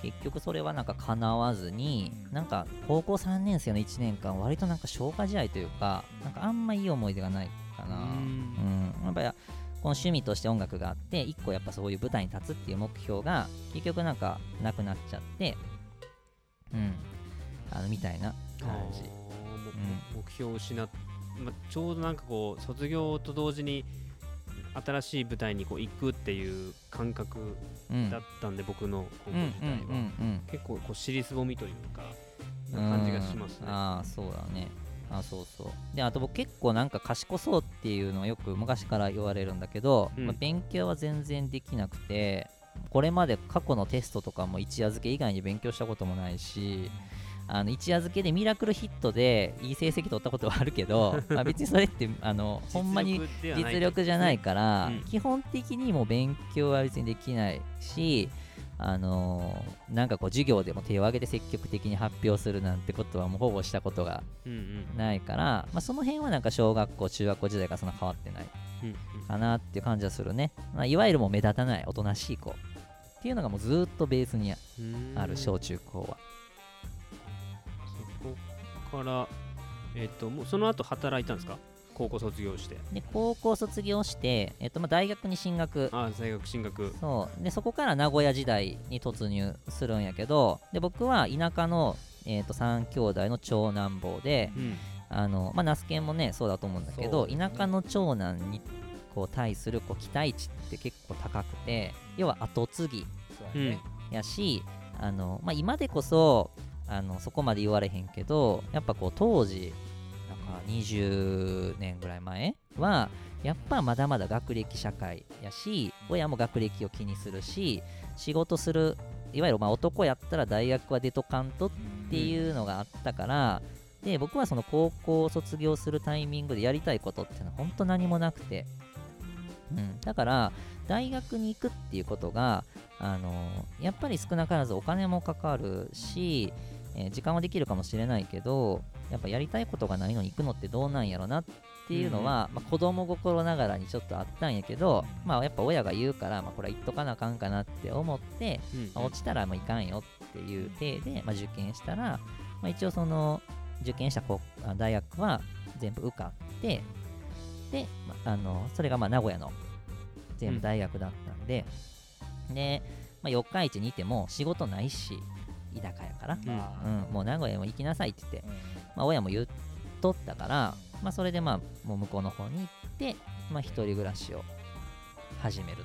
結局それはなんか叶わずに、うんなんか高校3年生の1年間割となんか消化試合というか、うんなんかあんまいい思い出がないかなうん、やっぱりこの趣味として音楽があって一個やっぱそういう舞台に立つっていう目標が結局なんかなくなっちゃってうんあのみたいな感じあーも目標を失っ、まあ、ちょうどなんかこう卒業と同時に新しい舞台にこう行くっていう感覚うんだったんで、僕のう今ん回のうん時代は、うん結構こう尻すぼみというかうんな感じがしますねうん。ああそうだねあそうそうであと僕結構なんか賢そうっていうのはよく昔から言われるんだけど、うんまあ勉強は全然できなくてこれまで過去のテストとかも一夜漬け以外に勉強したこともないしあの一夜漬けでミラクルヒットでいい成績取ったことはあるけど、まあ、別にそれってあのほんまにではない実力じゃないから、うん基本的にもう勉強は別にできないし、あのーなんかこう授業でも手を挙げて積極的に発表するなんてことはもうほぼしたことがうんうんないから、まあ、その辺はなんか小学校中学校時代からそんな変わってないうんうんかなっていう感じはするね、まあ、いわゆるもう目立たないおとなしい子っていうのがもうずーっとベースにあうーんる小中高は、そこからえっ、ともうその後働いたんですか高校卒業してで高校卒業して、えっと、まあ大学に進学あ大学進学そうでそこから名古屋時代に突入するんやけどで僕は田舎の、えー、と3兄弟の長男坊でうんあの、まあ、ナスケンもねそうだと思うんだけど、そう田舎の長男にこう対するこう期待値って結構高くて要は後継ぎううんんやしあの、まあ、今でこそあのそこまで言われへんけどやっぱこう当時なんか20年ぐらい前はやっぱまだまだ学歴社会やし親も学歴を気にするし仕事するいわゆるまあ男やったら大学は出とかんとっていうのがあったから、で僕はその高校を卒業するタイミングでやりたいことっていうのは本当何もなくて、うん、だから大学に行くっていうことがあのやっぱり少なからずお金もかかるし、えー時間はできるかもしれないけどやっぱやりたいことがないのに行くのってどうなんやろなっていうのは、まあ、子供心ながらにちょっとあったんやけど、まあ、やっぱ親が言うから、まあ、これは言っとかなあかんかなって思って、うんまあ落ちたらもういかんよっていう体で、まあ、受験したら、まあ、一応その受験した高あ大学は全部受かってで、まああのそれがまあ名古屋の全部大学だったんで、で、まあ、四日市にいても仕事ないし田舎やから、うんまうん、もう名古屋も行きなさいって言ってまあ、親も言っとったから、まあ、それでまあもう向こうの方に行って、まあ、一人暮らしを始める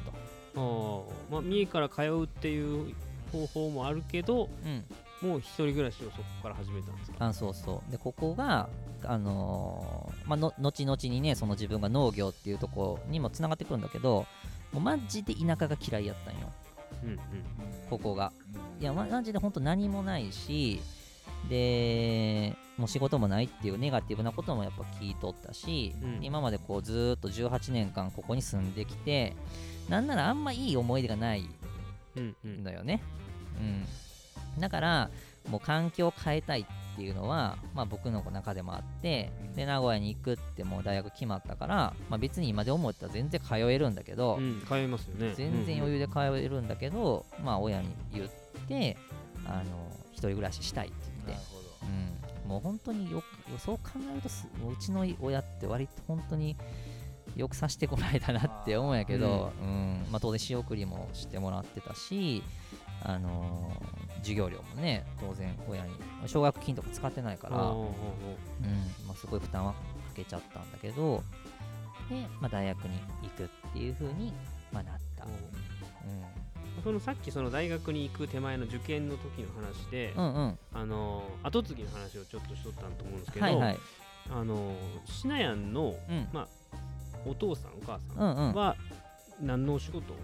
と。あーまあ三重から通うっていう方法もあるけどうん、もう一人暮らしをそこから始めたんですかあそうそうでここが、あのーまあ、の後々にねその自分が農業っていうとこにもつながってくるんだけどもうマジで田舎が嫌いやったんようんうんここがうんいやまマジで本当何もないしでもう仕事もないっていうネガティブなこともやっぱ聞いとったし、うん今までこうずーっと18年間ここに住んできてなんならあんまいい思い出がないうんうんのよね、うん、だからもう環境を変えたいっていうのは、まあ、僕の中でもあってで名古屋に行くってもう大学決まったから、まあ、別に今で思ったら全然通えるんだけど、うん通いますよね全然余裕裕で通えるんだけど、まあ親に言ってあの一人暮らししたいって言なっるて、ほどうん、もう本当によくそう考えるとすもううちの親って割と本当によくさしてこられたなって思うんやけど、うんまあ、当然仕送りもしてもらってたし、あのー授業料もね当然親に奨学金とか使ってないから、うんまあ、すごい負担はかけちゃったんだけどで、まあ、大学に行くっていう風にまあなった、うそのさっきその大学に行く手前の受験の時の話で、ん、うんうんあの後継ぎの話をちょっとしとったと思うんですけど、はいはい、あのしなやんのうん、お父さんお母うさんうんんは何のお仕事を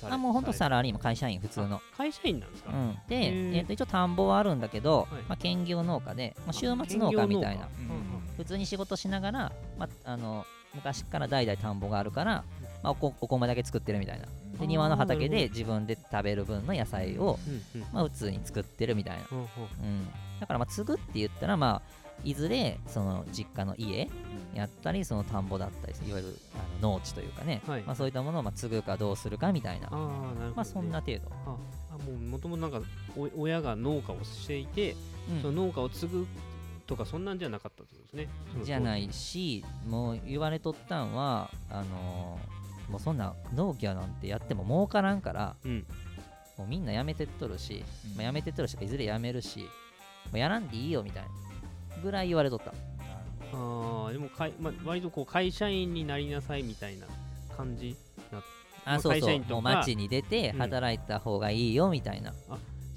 されあもうほんとさサラリーマン会社員普通のれ会社員なんですか、うん、で、えーーと一応田んぼはあるんだけど、はいまあ、兼業農家で、まあ、週末農家みたいなうん普通に仕事しながら、まあ、あの昔から代々田んぼがあるから、まあ、おこお米だけ作ってるみたいなあーで庭のな畑るほで自分で食べる分の野菜を、兼業農家うんうんまあ、普通に作ってるみたいな、ほうほううん、だからまあ継ぐって言ったらまあいずれその実家の家やったりその田んぼだったりいわゆるあの農地というかね、はいまあ、そういったものをまあ継ぐかどうするかみたいなああなるほど、ね、まあそんな程度、ああもうもともとなんかお親が農家をしていて、うんその農家を継ぐとかそんなんじゃなかったってことですねそのじゃないしもう言われとったんはあのーもうそんな農業なんてやっても儲からんからうんもうみんなやめてっとるし、うんまあ、やめてっとるしかいずれやめるしもうやらんでいいよみたいなぐらい言われとったあーでもかい、まあ、割とこう会社員になりなさいみたいな感じなっまああそう会そ社う員とかもう街に出てうん働いた方がいいよみたいな、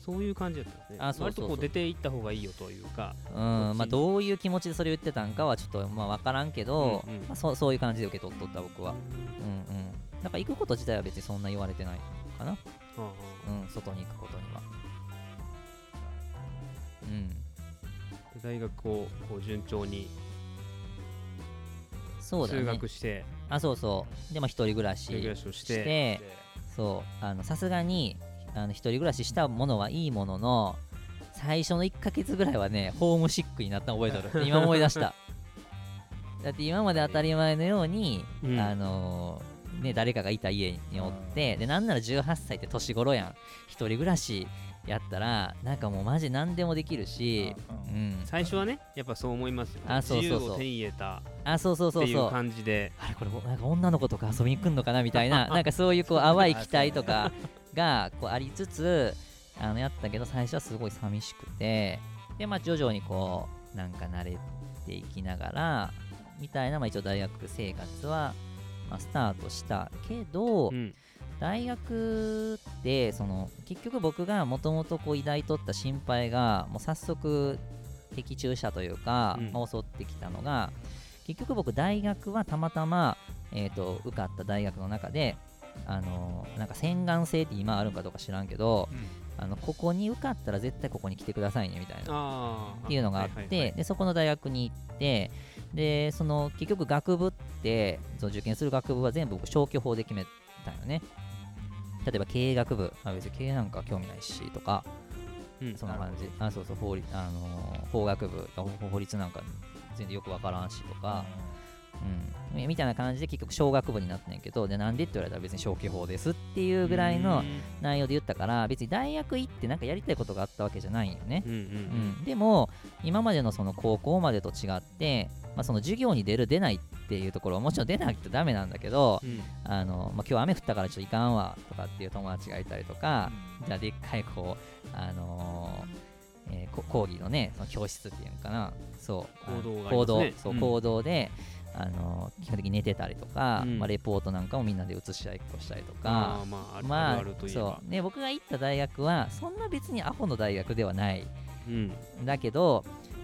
そういう感じだったんですねあそうそうそ割うとこう出て行った方がいいよというかうんまあ、どういう気持ちでそれ言ってたんかはちょっとまあ分からんけど、うんうんまあ、そうそういう感じで受け取っとった僕は、うんうん、なんか行くこと自体は別にそんな言われてないかな、ああうん、外に行くことには。うんで大学をこう順調にそうだ通ね学してあそうそうでまあ一人暮らし一人暮らしをししててそうあのさすがにあの一人暮らししたものはいいものの最初の1ヶ月ぐらいはねホームシックになったの覚え とる今思い出しただって今まで当たり前のように、うんあのーね、誰かがいた家におってでなんなら18歳って年頃やん一人暮らしやったらなんかもうマジ何でもできるし、うんうんうん、最初はねやっぱそう思いますよねあそうそうそう自由を手に入れたっあそうそうそてういそうう感じであれこれなんか女の子とか遊びに来んのかなみたい ななんかそういうこう淡い期待とかがこうありつつあのやったけど最初はすごい寂しくてでまあ徐々にこうなんか慣れていきながらみたいな、まあ、一応大学生活は、まあ、スタートしたけど、うん大学ってその結局僕がもともと抱いとった心配がもう早速的中者というか、うんまあ襲ってきたのが結局僕大学はたまたま、えー、と受かった大学の中で、あのーなんか洗顔制って今あるんかどうか知らんけどあのここに受かったら絶対ここに来てくださいねみたいなああっていうのがあって、はいはいはいでそこの大学に行ってでその結局学部ってその受験する学部は全部僕消去法で決めたんよね例えば経営学部あ別に経営なんか興味ないしとかうんそんな感じあそうそう法律、あのー法学部法法律なんか全然よくわからんしとか、うんみみたいな感じで結局小学部になったんやけどでなんでって言われたら別に消去法ですっていうぐらいの内容で言ったから別に大学行ってなんかやりたいことがあったわけじゃないんよねうんうんうん、でも今までのその高校までと違って、まあ、その授業に出る出ないっていうところはもちろん出ないとダメなんだけどうんうんあの、まあ、今日雨降ったからちょっといかんわとかっていう友達がいたりとかじゃあでっかいこうあのーえーこ講義のねその教室っていうのかなそうあの講堂がありますね講堂そう、うん講堂であのー基本的に寝てたりとか、うんまあ、レポートなんかもみんなで写し合いっこしたりとかまあまああるまああるあるといえそばうね僕が行った大学はそんな別にアホの大学ではないうんだけど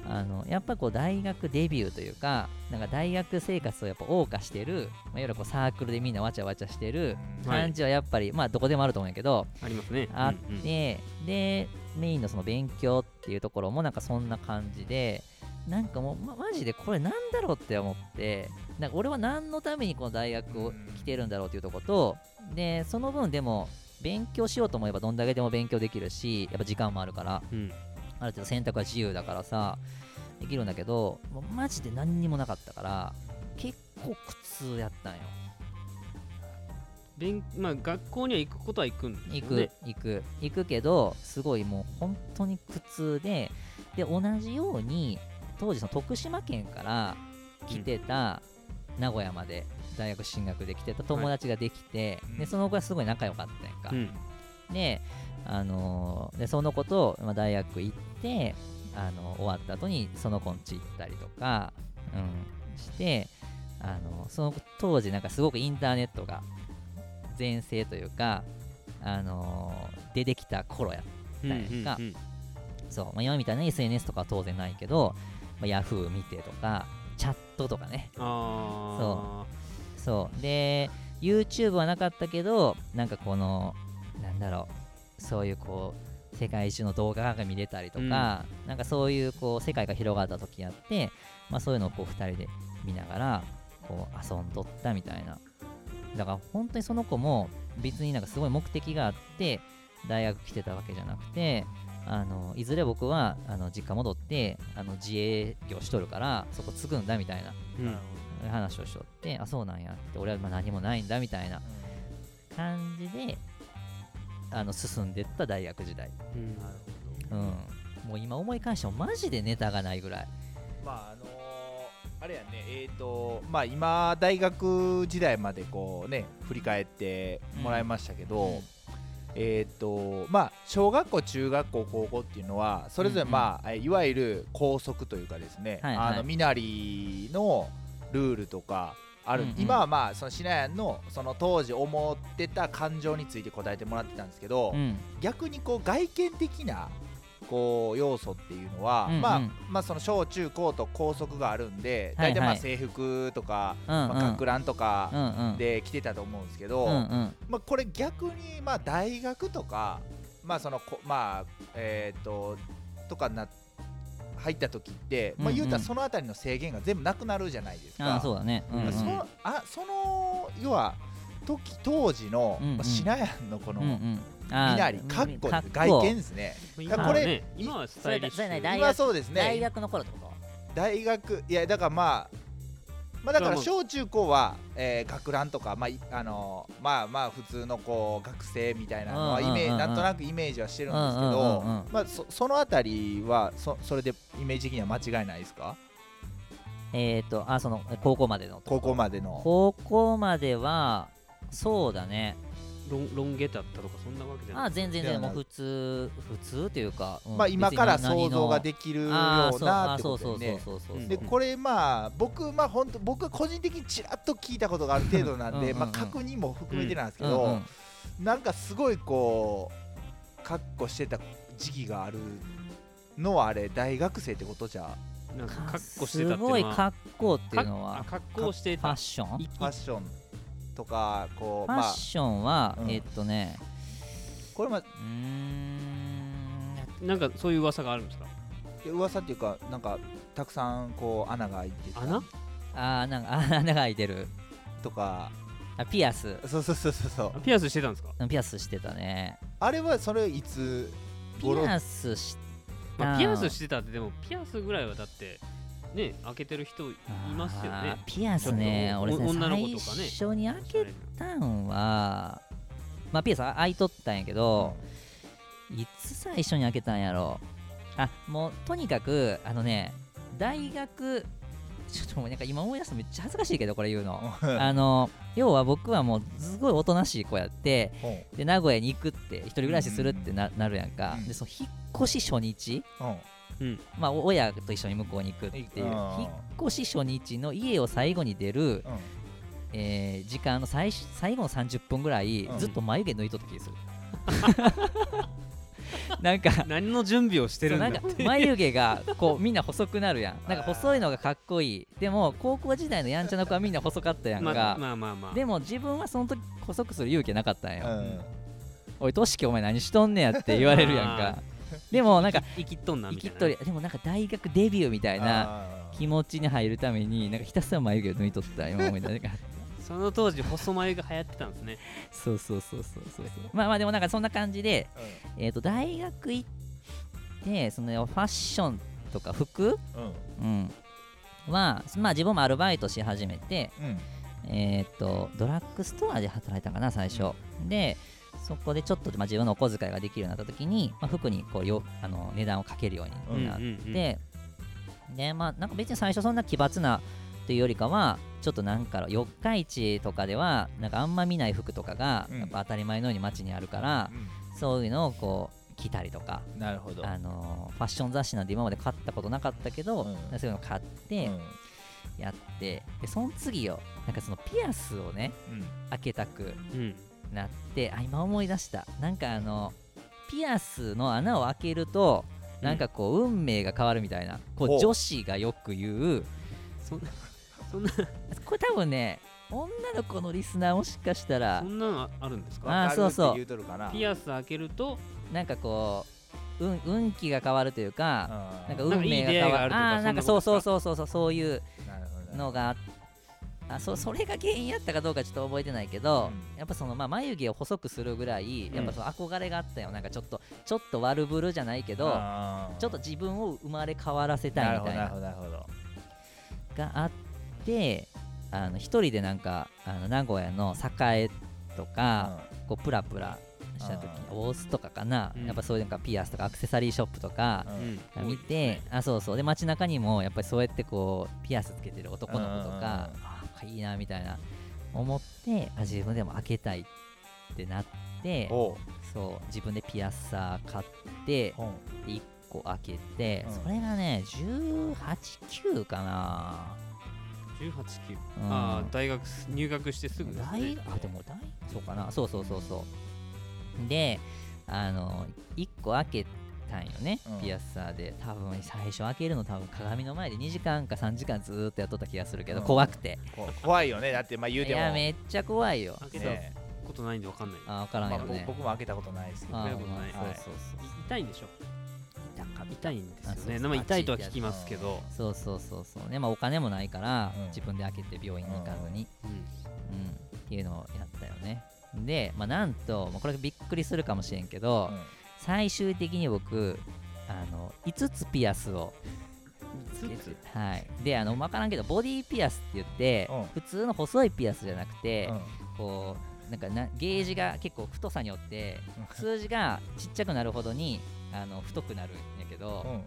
あのやっぱこう大学デビューというかなんか大学生活をやっぱ謳歌してる、まあ、いわゆるこうサークルでみんなわちゃわちゃしてるはい感じはやっぱり、まあどこでもあると思うんやけどありますねあっうんうんて、でメインのその勉強っていうところもなんかそんな感じでなんかもう、ま、マジでこれなんだろうって思ってなんか俺は何のためにこの大学を来てるんだろうっていうところとでその分でも勉強しようと思えばどんだけでも勉強できるしやっぱ時間もあるからうんある程度選択は自由だからさできるんだけどもうマジで何にもなかったから結構苦痛やったんよ勉まあ学校には行くことは行くんです行よく、ね行く行くけどすごいもう本当に苦痛でで同じように当時その徳島県から来てた名古屋まで大学進学で来てた友達ができて、はいでその子がすごい仲良かったんやんか、うんで,、あのーでその子と、まあ、大学行って、あのー終わった後にその子ん家行ったりとか、うん、して、あのーその当時なんかすごくインターネットが全盛というか、あのー出てきた頃やうんなんかうんうんそう、まあ、今みたいな SNS とかは当然ないけど、まあ、Yahoo 見てとかチャットとかねあそうで YouTube はなかったけどなんかこのなんだろうそういうこう世界中の動画が見れたりとか、なんかそういうこう世界が広がった時やって、まあ、そういうのをこう2人で見ながらこう遊んどったみたいなだから本当にその子も別になんかすごい目的があって大学来てたわけじゃなくてあのいずれ僕はあの実家戻ってあの自営業しとるからそこ継ぐんだみたいなーうん話をしとってあそうなんやって俺はまあ何もないんだみたいな感じであの進んでった大学時代、うんうん、もう今思い返してもマジでネタがないぐらいまああのーあれやねえー、とまあ今大学時代までこうね振り返ってもらいましたけど、うんえっ、とまあ小学校中学校高校っていうのはそれぞれうんうんまあ、えいわゆる校則というかですね、はいはいあの身なりのルールとかある、うんうん今はまあそのシナヤンのその当時思ってた感情について答えてもらってたんですけど、うん逆にこう外見的なこう要素っていうのは、うんうんまあまあその小中高と校則があるんではいは大い体まあ制服とか、うんまうあ、ん学ランとうかんうんで着てたと思うんですけど、うんうんまあ、これ逆にまあ大学とかまあそのこまあえっ、ととかな入った時って、まうあ、んうん言うたらそのあたりの制限が全部なくなるじゃないですか。ああそうだねうんうんそのあその要は時当時の、うんうんまあ、シナヤンのこの、うんうんああ身なり、かっこかっこ外見ですね。今こはれね、今はスタイリッシそれュ大学今そうです大ね。学の頃ってこ大学いやだからまあ。まあだからまあ小中高は、えー、学ランとか、まあいあのーまあまあ普通のこう学生みたいなのはうんイうんうんうんメージなんとなくイメージはしてるんですけうんうんどうんうん、まあそそのあたりはそそれでイメージ的には間違いないですか？とえっとあその高校までの高校までの。高校まではそうだねロンロン毛だったとかそんなわけじゃあなあい全然で全然はなもくう普通普通というか、うんまあ今から別に何想の像ができるようああそうあなあってそこうそとうでそうね。そうそううんでうんこれまあ僕まあ本当僕は個人的にちらっと聞いたことがある程度なんうんうんでうんまあ確認も含めてなんですけうんうどん、なんかすごいこうかっこしてた時期があるのはあれ大学生ってことじゃなんかか格好してたってすごいいうのは格好っていうのあは格好してファたッションいいファッションとかこうファまあッションは、うんえっとねこれまうーんなんかそういう噂があるんですかあ噂っていうかなんかたくさんこう穴が開いてた穴あーなんかあー 穴が開いてるとかあピアスそうそうそうそうそうピアスしてたんですか、ピアスしてたねあれはそれいつピ頃アスしまああ、ーピアスしてたってでもピアスぐらいはだってね開けてる人いますよあーねピアスねちょっと俺ね女の子とかね最初に開けたんはまあピアスあ開いとったんやけど、いつ最初に開けたんやろあもうとにかくあのね大学ちょっともうなんか今思い出すのめっちゃ恥ずかしいけどこれ言うのあの要は僕はもうすごいおとなしい子やってうんうんで名古屋に行くって一人暮らしするってな,、なるやんか、うんでその引っ越し初日うんまあお親と一緒に向こうに行くっていううん引っ越し初日の家を最後に出る、うんえー時間の最終最後の30分ぐらい、うんずっと眉毛抜いとった気がする なんか何の準備をしてるんだそうなんか眉毛がこうみんな細くなるやんーなんか細いのがかっこいいでも高校時代のやんちゃな子はみんな細かったやんか、まあまあまあまあでも自分はその時細くする勇気なかったんよ、うんおいとしきお前何しとんねやって言われるやんあかでもなんか生きっとんな 生みたいきっなとりでもなんか大学デビューみたいなあー気持ちに入るためになんかひたすら眉毛を抜いとった今思い出したその当時細眉が流行ってたんですねそうそうそうそうそうまあまあでもなんかそんな感じで、うえー、と大学行ってそのファッションとか服、んうんうん、はまあ自分もアルバイトし始めてうんえー、とドラッグストアで働いたかな最初、でそこでちょっと、まあ、自分のお小遣いができるようになった時に、まあ、服にこうよあの値段をかけるようになって、うんうんうんでまあなんか別に最初そんな奇抜なというよりかはちょっとなんか四日市とかではなんかあんま見ない服とかがうんやっぱ当たり前のように街にあるから、そういうのをこう着たりとか、なるほどあのファッション雑誌なんて今まで買ったことなかったけど、うんそういうの買って、うんやってでその次よなんかそのピアスをねうん開けたくうんなってあ今思い出したなんかあのピアスの穴を開けるとなんかこう運命が変わるみたいな、こほうう女子がよく言うそんなそんなこれ多分ね女の子のリスナーもしかしたらそんなのあるんですかあーそうそうわかるって言うとるかなピアス開けるとなんかこう運運気が変わるというか、ななんかう運命が変わるああーなんんなかかいい出会いがあるとかそうそんそうなことですそうそうそうそういうなるほどのがあそそれが原因やったかどうかちょっと覚えてないけど、うんやっぱその、まあ、眉毛を細くするぐらいんやっぱその憧れがあったよなんかちょっとちょっと悪ぶるじゃないけど、あーちょっと自分を生まれ変わらせたないるみほたいどなるなほどなるほどがあってあの一人でなんかあの名古屋の栄とか、こうプラプラした時あー大須とかかな、うんやっぱそういうなんかピアスとかアクセサリーショップとかう、んうんうん見て、あそうそうで街中にもやっぱりそうやってこうピアスつけてる男の子とうんうんうかあんなんかいいなみたいな思ってあ自分でも開けたいってなっておうそう自分でピアスさ買ってうん1個開けて、うんそれがね189かな18、9、うんああ大学入学してすぐですね大あでも大そうかなそうそうそうそうであの1個開けたんよね、うんピアスサーで多分最初開けるの多分鏡の前で2時間か3時間ずーっとやっとった気がするけど、うん怖くてこ怖いよねだってまあ言ういてもやめっちゃ怖いよ開けたねことないんでわかんないあ分からんまよあ僕ね、僕も開けたことないですけどあ僕ー、僕まあ僕そうはいそいう痛いんでしょそう痛いんですよあそうねそうまあ痛いとは聞きますけど、そうそうそうそうねまあお金もないから、うん自分で開けて病院に行かずに、うんうん、っていうのをやったよねで、まあ、なんと、まあ、これびっくりするかもしれんけど、うん最終的に僕あの5つピアスをつけ5て、はい、であの分からんけどボディピアスって言って、う普ん通の細いピアスじゃなくて、うんこうなんかなゲージが結構太さによってうん数字がちっちゃくなるほどにあの太くなるんやけど、うん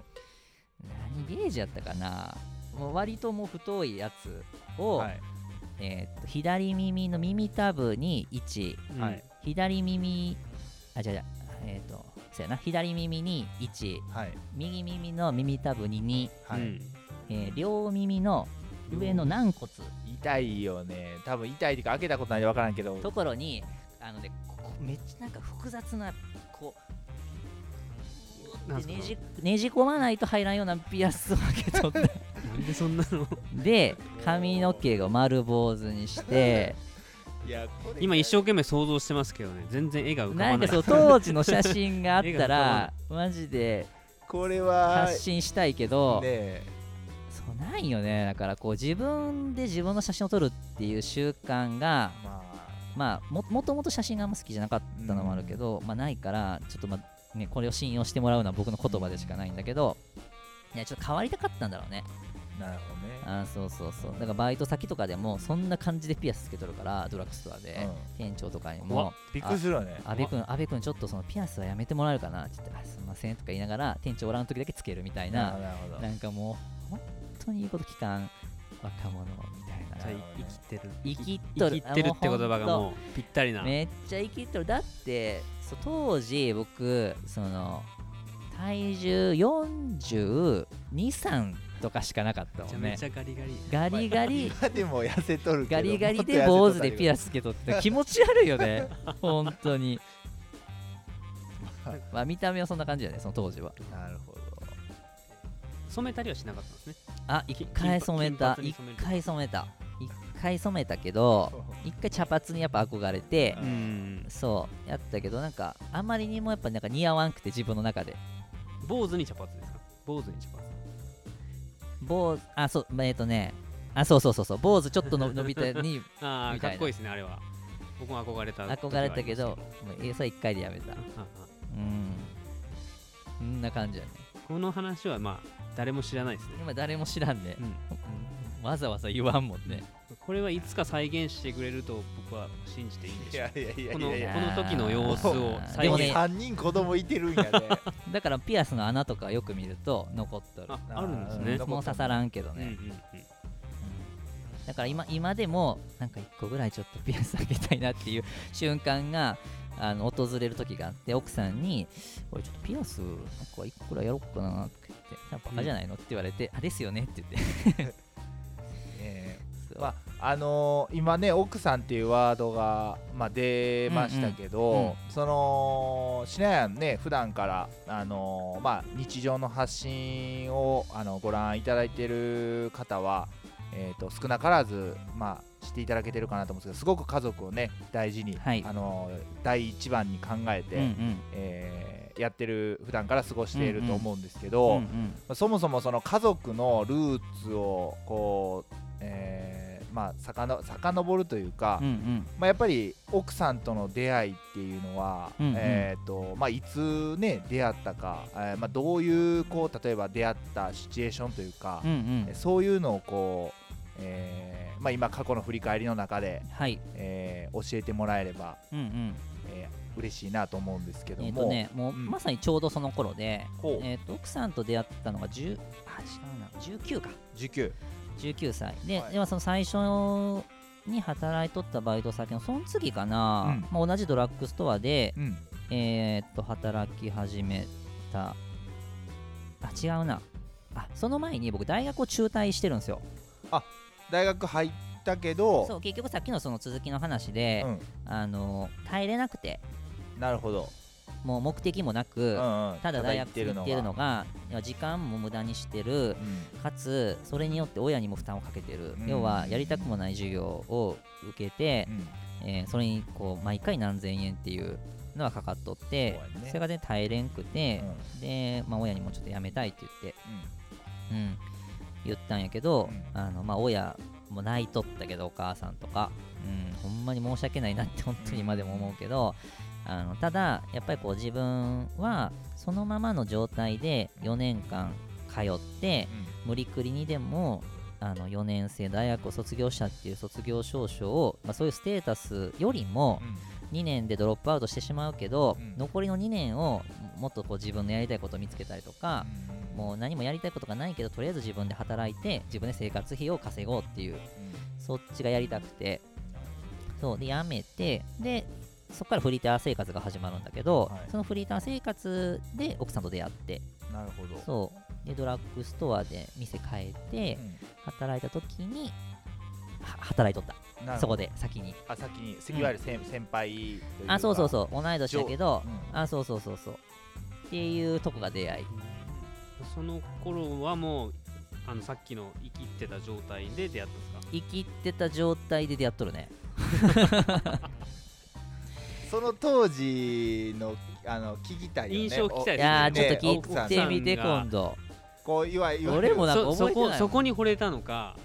何ゲージやったかなもう割ともう太いやつを、はいえーっと左耳の耳たぶに1うんはい左耳あ違う違うえーっとそうやな左耳に1はい右耳の耳たぶに2、はい、うんえー両耳の上の軟骨痛いよね多分痛いっていうか開けたことないで分からんけどところにあのねここめっちゃなんか複雑なこうなんすかねじねじ込まないと入らんようなピアスを開けとったなんでそんなので髪の毛を丸坊主にしていやこれ今一生懸命想像してますけどね全然絵が浮かばなないんかそう当時の写真があっ絵がた浮からマジでこれは発信したいけど、ねえそうないよねだからこう自分で自分の写真を撮るっていう習慣がままあももともと写真があんま好きじゃなかったのもあるけど、まあないからちょっとまあねこれを信用してもらうのは僕の言葉でしかないんだけど、いやちょっと変わりたかったんだろうねあなるほどねあーそうそうそうだからバイト先とかでもそんな感じでピアスつけとるからドラッグストアで、店長とかに怖っもびっくりするよね「阿部君阿部君ちょっとそのピアスはやめてもらえるかな」って言ってあ「すいません」とか言いながら店長おらん時だけつけるみたいなな、なるほどなんかもう本当にいいこと聞かん若者みたいなじゃあ生きてる生きっとる生きてるって言葉があもうもうぴったりなめっちゃ生きとるだってそう当時僕その体重4 2三とかしかなかっめたもちゃんめねちゃガリガリガリガリ今でも痩せとるけどガリガリもでっと坊痩主せとったでりピアスつけとって気持ち悪いよ ね本当にまあ見た目はそんな感じだねその当時はなるほど染めたりはしなかったんですねあ一回染め金た髪に一染める回染めた一回染めたけど一回茶髪にやっぱ憧れてうんんそうやったけどなんかあまりにもやっぱなんか似合わんくて自分の中で坊主に茶髪ですか坊主に茶髪坊主あそうまあえっ、とねあそうそうそうそう坊主ちょっとの伸びた にああみかたいなっこいいですねあれは僕も憧れた時は憧あれりますたけどもうえそれ一回でやめたあああうんこんな感じやねこの話はまあ誰も知らないですね、今誰も知らんね、うんうんわざわざ言わんもんねこれはいつか再現してくれると僕は信じていいんでいしょうやいやいやこいのやいやこの時の様子をあー再ででももね現3人子供いてる んやねだからピアスの穴とかよく見ると残っとるああるんですね残っとるもう刺さらんけどうんうんね、うんうんだから今今でもなんか1個ぐらいちょっとピアス開けたいなっていう瞬間があの訪れる時があって奥さんに「俺ちょっとピアスなんか1個ぐらいやろうかな」って言って「なんかバカじゃないの?」って言われて「あですよね」って言ってえそーうまああのー今ね奥さんっていうワードが、まあ、出ましたけど、うんうんうんそのしなやんね普段からあのーまあ日常の発信をあのご覧いただいてる方はえー、と少なからず、まあ、知っていただけてるかなと思うんですけどすごく家族をね大事に、はいあのー第一番に考えて、うんうんえーやってる普段から過ごしていると思うんですけど、うんうんまあそもそもその家族のルーツをこう、えーまあさかの遡るというか、うんうんまあ、やっぱり奥さんとの出会いっていうのは、うんうんえーとまあ、いつ、ね、出会ったか、えーまあ、どういうこう例えば出会ったシチュエーションというかうんう、んそういうのをこう、えーまあ、今過去の振り返りの中で、はいえー教えてもらえれば、うんうんえー嬉しいなと思うんですけども。えっ、とねもう、うんまさにちょうどその頃で、ほうえー、と奥さんと出会ったのが10あ違うな19か19 19歳で、はいではその最初に働いとったバイト先のその次かな、うんまあ、同じドラッグストアで、うんえーっと働き始めたあ違うなあその前に僕大学を中退してるんですよ大学入ったけどそう結局さっきのその続きの話で、うんあの耐えれなくてなるほど、もう目的もなうく、んうん、ただ大学叩いに行ってるのがいや時間も無駄にしてるうかつそれによって親にも負担をかけてる、うん要はやりたくもない授業を受けて、んうんえーそれにこう毎回何千円っていうのはかかっとってそうやねそれがね耐えれんくてうん、で、まあ、親にもちょっとやめたいって言って、うん、言ったんやけど、うあのまあ、親も泣いとったけどお母さんとか、うん、ほんまに申し訳ないなって本当に今でも思うけどあのただやっぱりこう自分はそのままの状態で4年間通って無理くりにでもあの4年生大学を卒業したっていう卒業証書を、まあ、そういうステータスよりも、うん2年でドロップアウトしてしまうけど、うん残りの2年をもっとこう自分のやりたいことを見つけたりとか、うんもう何もやりたいことがないけどとりあえず自分で働いて自分で生活費を稼ごうっていうそっちがやりたくてそうでやめてでそこからフリーター生活が始まるんだけど、はいそのフリーター生活で奥さんと出会ってうんなるほどそうでドラッグストアで店変えてう働いた時には働いとったんなるほどそこで先にあさっきにせいわゆる先,、先輩というかあそうそうそう同い年だけど、うんあそうそうそうそうっていうとこが出会いその頃はもうあのさっきの生きてた状態で出会ったんですか生きてた状態で出会っとるねその当時のあの聞きたいよね印象聞きたいでいすねやーちょっねと聞いてみて奥さんが今度おこういわいわゆる俺もなんかそ覚えてこないそこに惚れたのか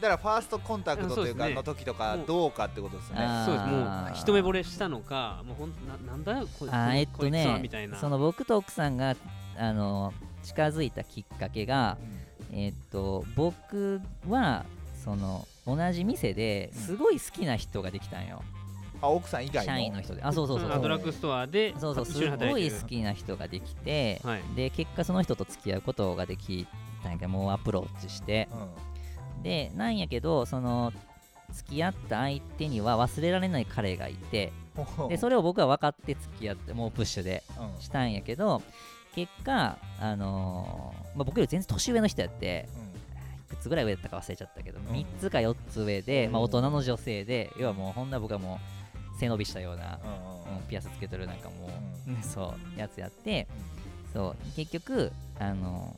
だからファーストコンタクトといううんそうですかねの時とかどうかってことですよねあーそうですもう一目惚れしたのかもうほんななんだよここあーえっこといつはみねたいなその僕と奥さんがあの近づいたきっかけがえっと僕はその同じ店ですごい好きな人ができたんよ、あ奥さん以外の社員の人であそうそうそうそんドうラッグストアでそうそう一緒にすご働いいてる好きな人ができて、はいで結果その人と付き合うことができたんやけどもうアプローチしてうんでなんやけどその付き合った相手には忘れられない彼がいてほうでそれを僕は分かって付き合ってもうプッシュでうんしたんやけど結果あのーまあ、僕より全然年上の人やっていくつぐらい上だったか忘れちゃったけど、ん3つか4つ上で、まあ、うん大人の女性で要はもうほんな僕はもう背伸びしたような、うんうんうんうんピアスつけとるなんかもう、 そうやつやってそう結局あの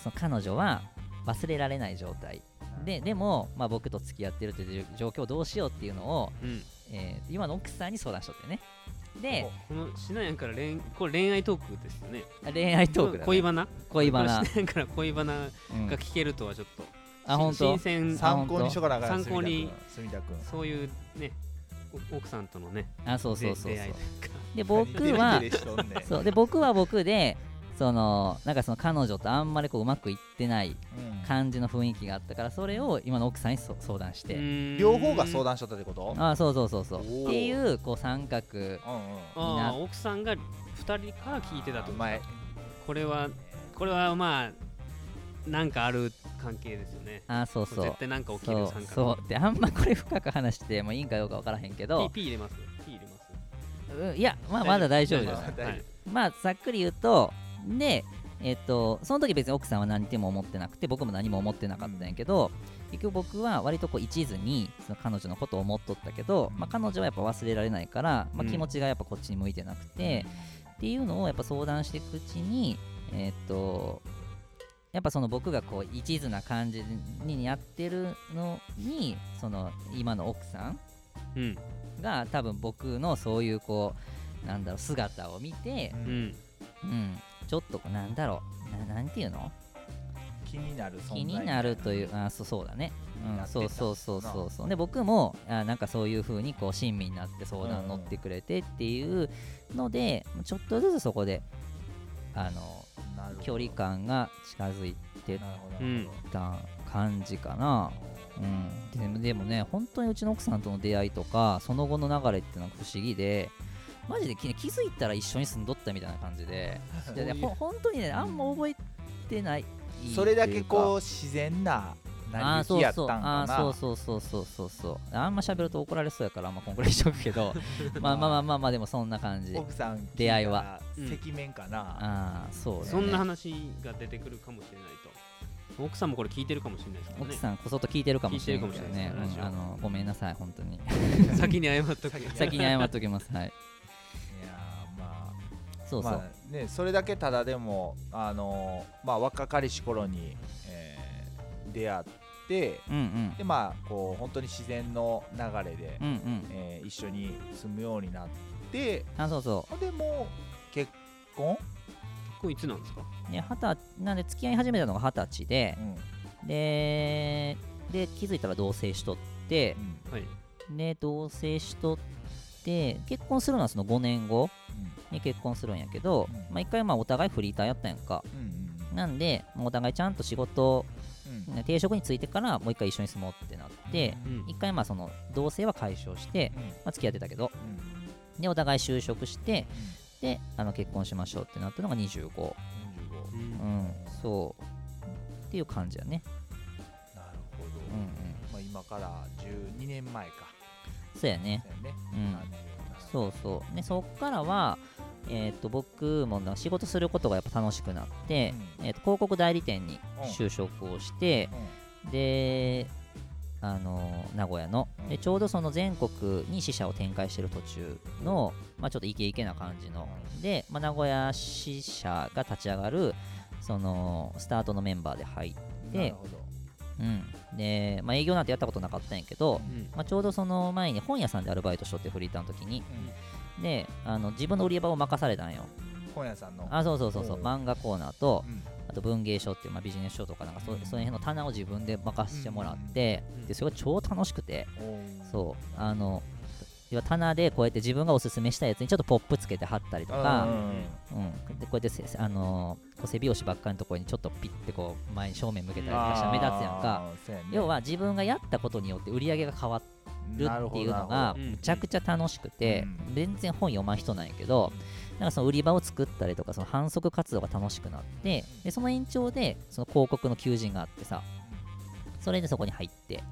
ーその彼女は忘れられない状態ででも、まあ、僕と付き合ってるという状況をどうしようっていうのを、うんえー今の奥さんに相談しとってねでこのしなやんから恋これ恋愛トークですよね恋愛トークだ、ね、恋バナ恋バナこれしなやんから恋バナうんが聞けるとはちょっと、あし本新当鮮さ参考にしとかなあかん参考に住田君そういうねお奥さんとのねあそうそうそう出出会いそというかうで僕何はデレデレしとんねんそうで僕は僕でそのなんかその彼女とあんまりこううまくいってないうん感じの雰囲気があったからそれを今の奥さんにそ相談しうてーん両方が相談しとったってことあそうそうそうそうおーっていうこう三角うんうんにあなあ奥さんが2人から聞いてたとあー前これはこれはまあなんかある関係ですよねあそうそう絶対なんか起きそるう参加そうであんまこれ深く話してもいいんかどうか分からへんけど P, P 入れます P 入れますうんいやまあまだ大丈夫です大丈夫はいまあざっくり言うとでえっとその時別に奥さんは何も思ってなくて僕も何も思ってなかったんやけど、結局僕は割とこう一途にその彼女のことを思っとったけど、まあ、彼女はやっぱ忘れられないから、まうあ、ん気持ちがやっぱこっちに向いてなくて、っていうのをやっぱ相談していくうちにえっとやっぱその僕がこう一途な感じにやってるのにその今の奥さんうんが多分僕のそういうこうなんだろう姿を見てう、うんんうん、ちょっとこうなんだろうななんていうの気になる存在気になるというあそうそうだね、なうん、ってたそうそうそうそうそうで僕もあなんかそういう風にこう親身になって相談乗ってくれてっていうので、ちょっとずつそこであのなるほど距離感が近づいてっなるほどなるほどうんた感じかな。うん、でもでもね本当にうちの奥さんとの出会いとかその後の流れっていうのが不思議でマジで気気づいたら一緒に住んどったみたいな感じでいやねほ本当にねあんま覚えてないそれだけこう自然なあ成ありそ行うきやったそんうかあなーそうそうそうそうそうそうあんま喋ると怒られそうやからあんまこんぐらいしとくけどまあまあまあまあまあでもそんな感じ奥さん出会いは聞いたら赤面かな、ああそうだねそんな話が出てくるかもしれないと奥さんもこれ聞いてるかもしれないですから奥ねさんこそっと聞いてるかもしれないけど聞いてるねかもしれないですうねんあのごめんなさい本当に先に謝っとく先に謝っときますはいいやーまあそうそう、まあね、それだけただでも、あのーまあ、若かりし頃に、えー出会ってうんうんで、まあ、こう本当に自然の流れで、うんうんえー一緒に住むようになってあそうそでもう結婚、これいつなんですかうで二十なんで付き合い始めたのが二十歳でうんでで気づいたら同棲しとってうんはいで同棲しとって結婚するのはその5年後うんに結婚するんやけど、うんまあ、一回まあお互いフリーターやったんやんかうんなんでもうお互いちゃんと仕事うんうん定職についてからもう一回一緒に住もうってなってうん一回まあその同棲は解消して、うんまあ、付き合ってたけどうんでお互い就職してうんであの結婚しましょうってなったのが25 45うんうんそうっていう感じやねなるほうど、んうんまあ、今から12年前かそうやねだよね、うんそうそうでそっからはえー、と僕もな仕事することがやっぱ楽しくなって、えー、と広告代理店に就職をして、であの名古屋のうんでちょうどその全国に支社を展開してる途中の、まあ、ちょっとイケイケな感じので、まあ、名古屋支社が立ち上がるそのスタートのメンバーで入っで、なてる、ほどうんでまあ、営業なんてやったことなかったんやけど、うんまあ、ちょうどその前に本屋さんでアルバイトしとってフリーターの時にであの自分の売り場を任されたんよ本屋さんのあそうそうそうそうおう漫画コーナーとうんあと文芸賞っていう、まあ、ビジネス書とかなんかそ,、うんその辺の棚を自分で任せてもらって、うんうんでそれが超楽しくて、おーそうあの要は棚でこうやって自分がおすすめしたやつにちょっとポップつけて貼ったりとうんか、うんうん、でこうやってせ、あのーこう背拍子ばっかりのところにちょっとピッてこう前に正面向けたりとかしたら目立つやんか。あーそうやね要は自分がやったことによって売り上げが変わるなっるてほいどうのながるうんむちゃくちゃ楽しくてうん全然本読まん人なんやけどなんかその売り場を作ったりとかその反則活動が楽しくなってでその延長でその広告の求人があってさそれでそこに入って、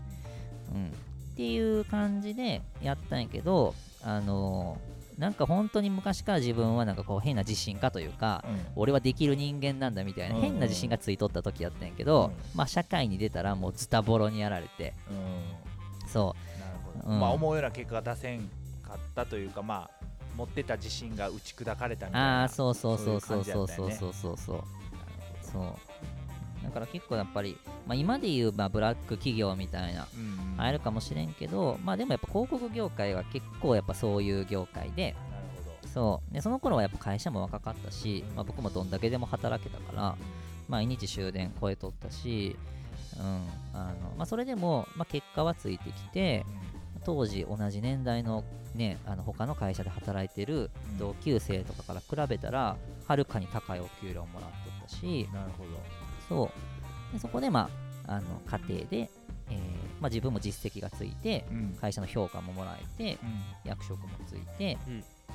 うん、っていう感じでやったんやけどあのーなんか本当に昔から自分はなんかこう変な自信家というかほどうん俺はできる人間なんだみたいなうん変な自信がついとった時やったんやけどうまあ社会に出たらもうズタボロにやられてうんそうなるほどうんまあ思うような結果が出せんかったというかまあ持ってた自信が打ち砕かれたみたいなああーそうそうそうそうそうそうそそういう感じやったよねうそうそうそうだから結構やっぱり、まあ、今で言うまあブラック企業みたいなうんあるかもしれんけどまあでもやっぱ広告業界は結構やっぱそういう業界でなるほどそうでその頃はやっぱ会社も若かったし、まあ、僕もどんだけでも働けたから毎日終電超えとったしうんあのまあ、それでも、まあ、結果はついてきて当時同じ年代のねあの他の会社で働いてるうん同級生とかから比べたらはるかに高いお給料もらっとったしなるほどそうでそこでまああの家庭で、えーまあ、自分も実績がついてうん会社の評価ももらえてうん役職もついて、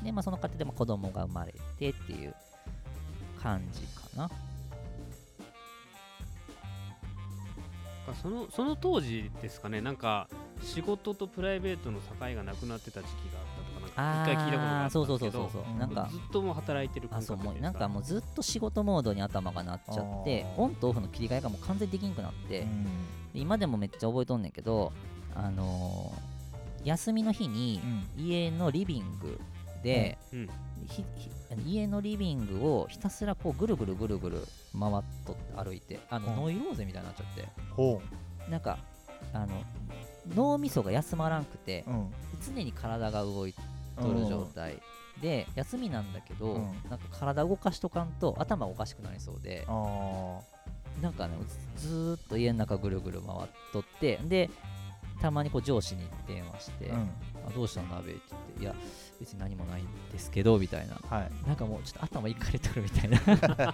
で、まあ、その家庭でも子供が生まれてっていう感じかなあそのその当時ですかねなんか仕事とプライベートの境がなくなってた時期があったとかなんか一回聞いたことがああーったそんうそうですそけうどそうそう、うんなんかずっともう働いてるあ感そう覚もってういなんかもうずっと仕事モードに頭がなっちゃってあーオンとオフの切り替えがもう完全にできんくなって、うんで今でもめっちゃ覚えとんねんけど、あのー休みの日にうん家のリビングで、うんうんひひあの家のリビングをひたすらこうぐるぐるぐるぐる回っとって歩いてあの、うんノイローゼみたいになっちゃってほなんかあの脳みそが休まらんくてううん常に体が動いとる状態で休みなんだけど、うんなんか体動かしとかんと頭おかしくなりそうであーなんかねずずーっと家の中ぐるぐる回っとってでたまにこう上司に電話して「うんあどうしたの鍋」って言って「いや別に何もないんですけど」みたいなはいなんかもうちょっと頭いかれとるみたいな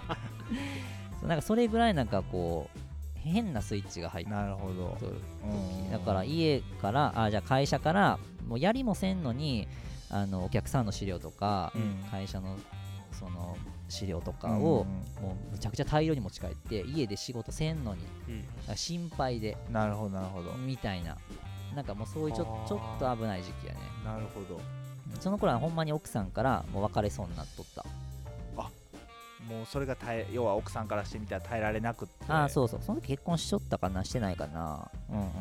そうなんかそれぐらいなんかこう変なスイッチが入っなるほどとるうんだから家からあじゃあ会社からもうやりもせんのにあのお客さんの資料とか、うん会社のその資料とかを、もうむちゃくちゃ大量に持ち帰って家で仕事せんのにうん心配でうんなるほどなるほどみたいななんかもうそういうちょあーちょっと危ない時期やねなるほどその頃はほんまに奥さんからもう別れそうになっとったもうそれが耐え要は奥さんからしてみたら耐えられなくってああうそうそうその時結婚しちょったかなしてないかなうんうんなる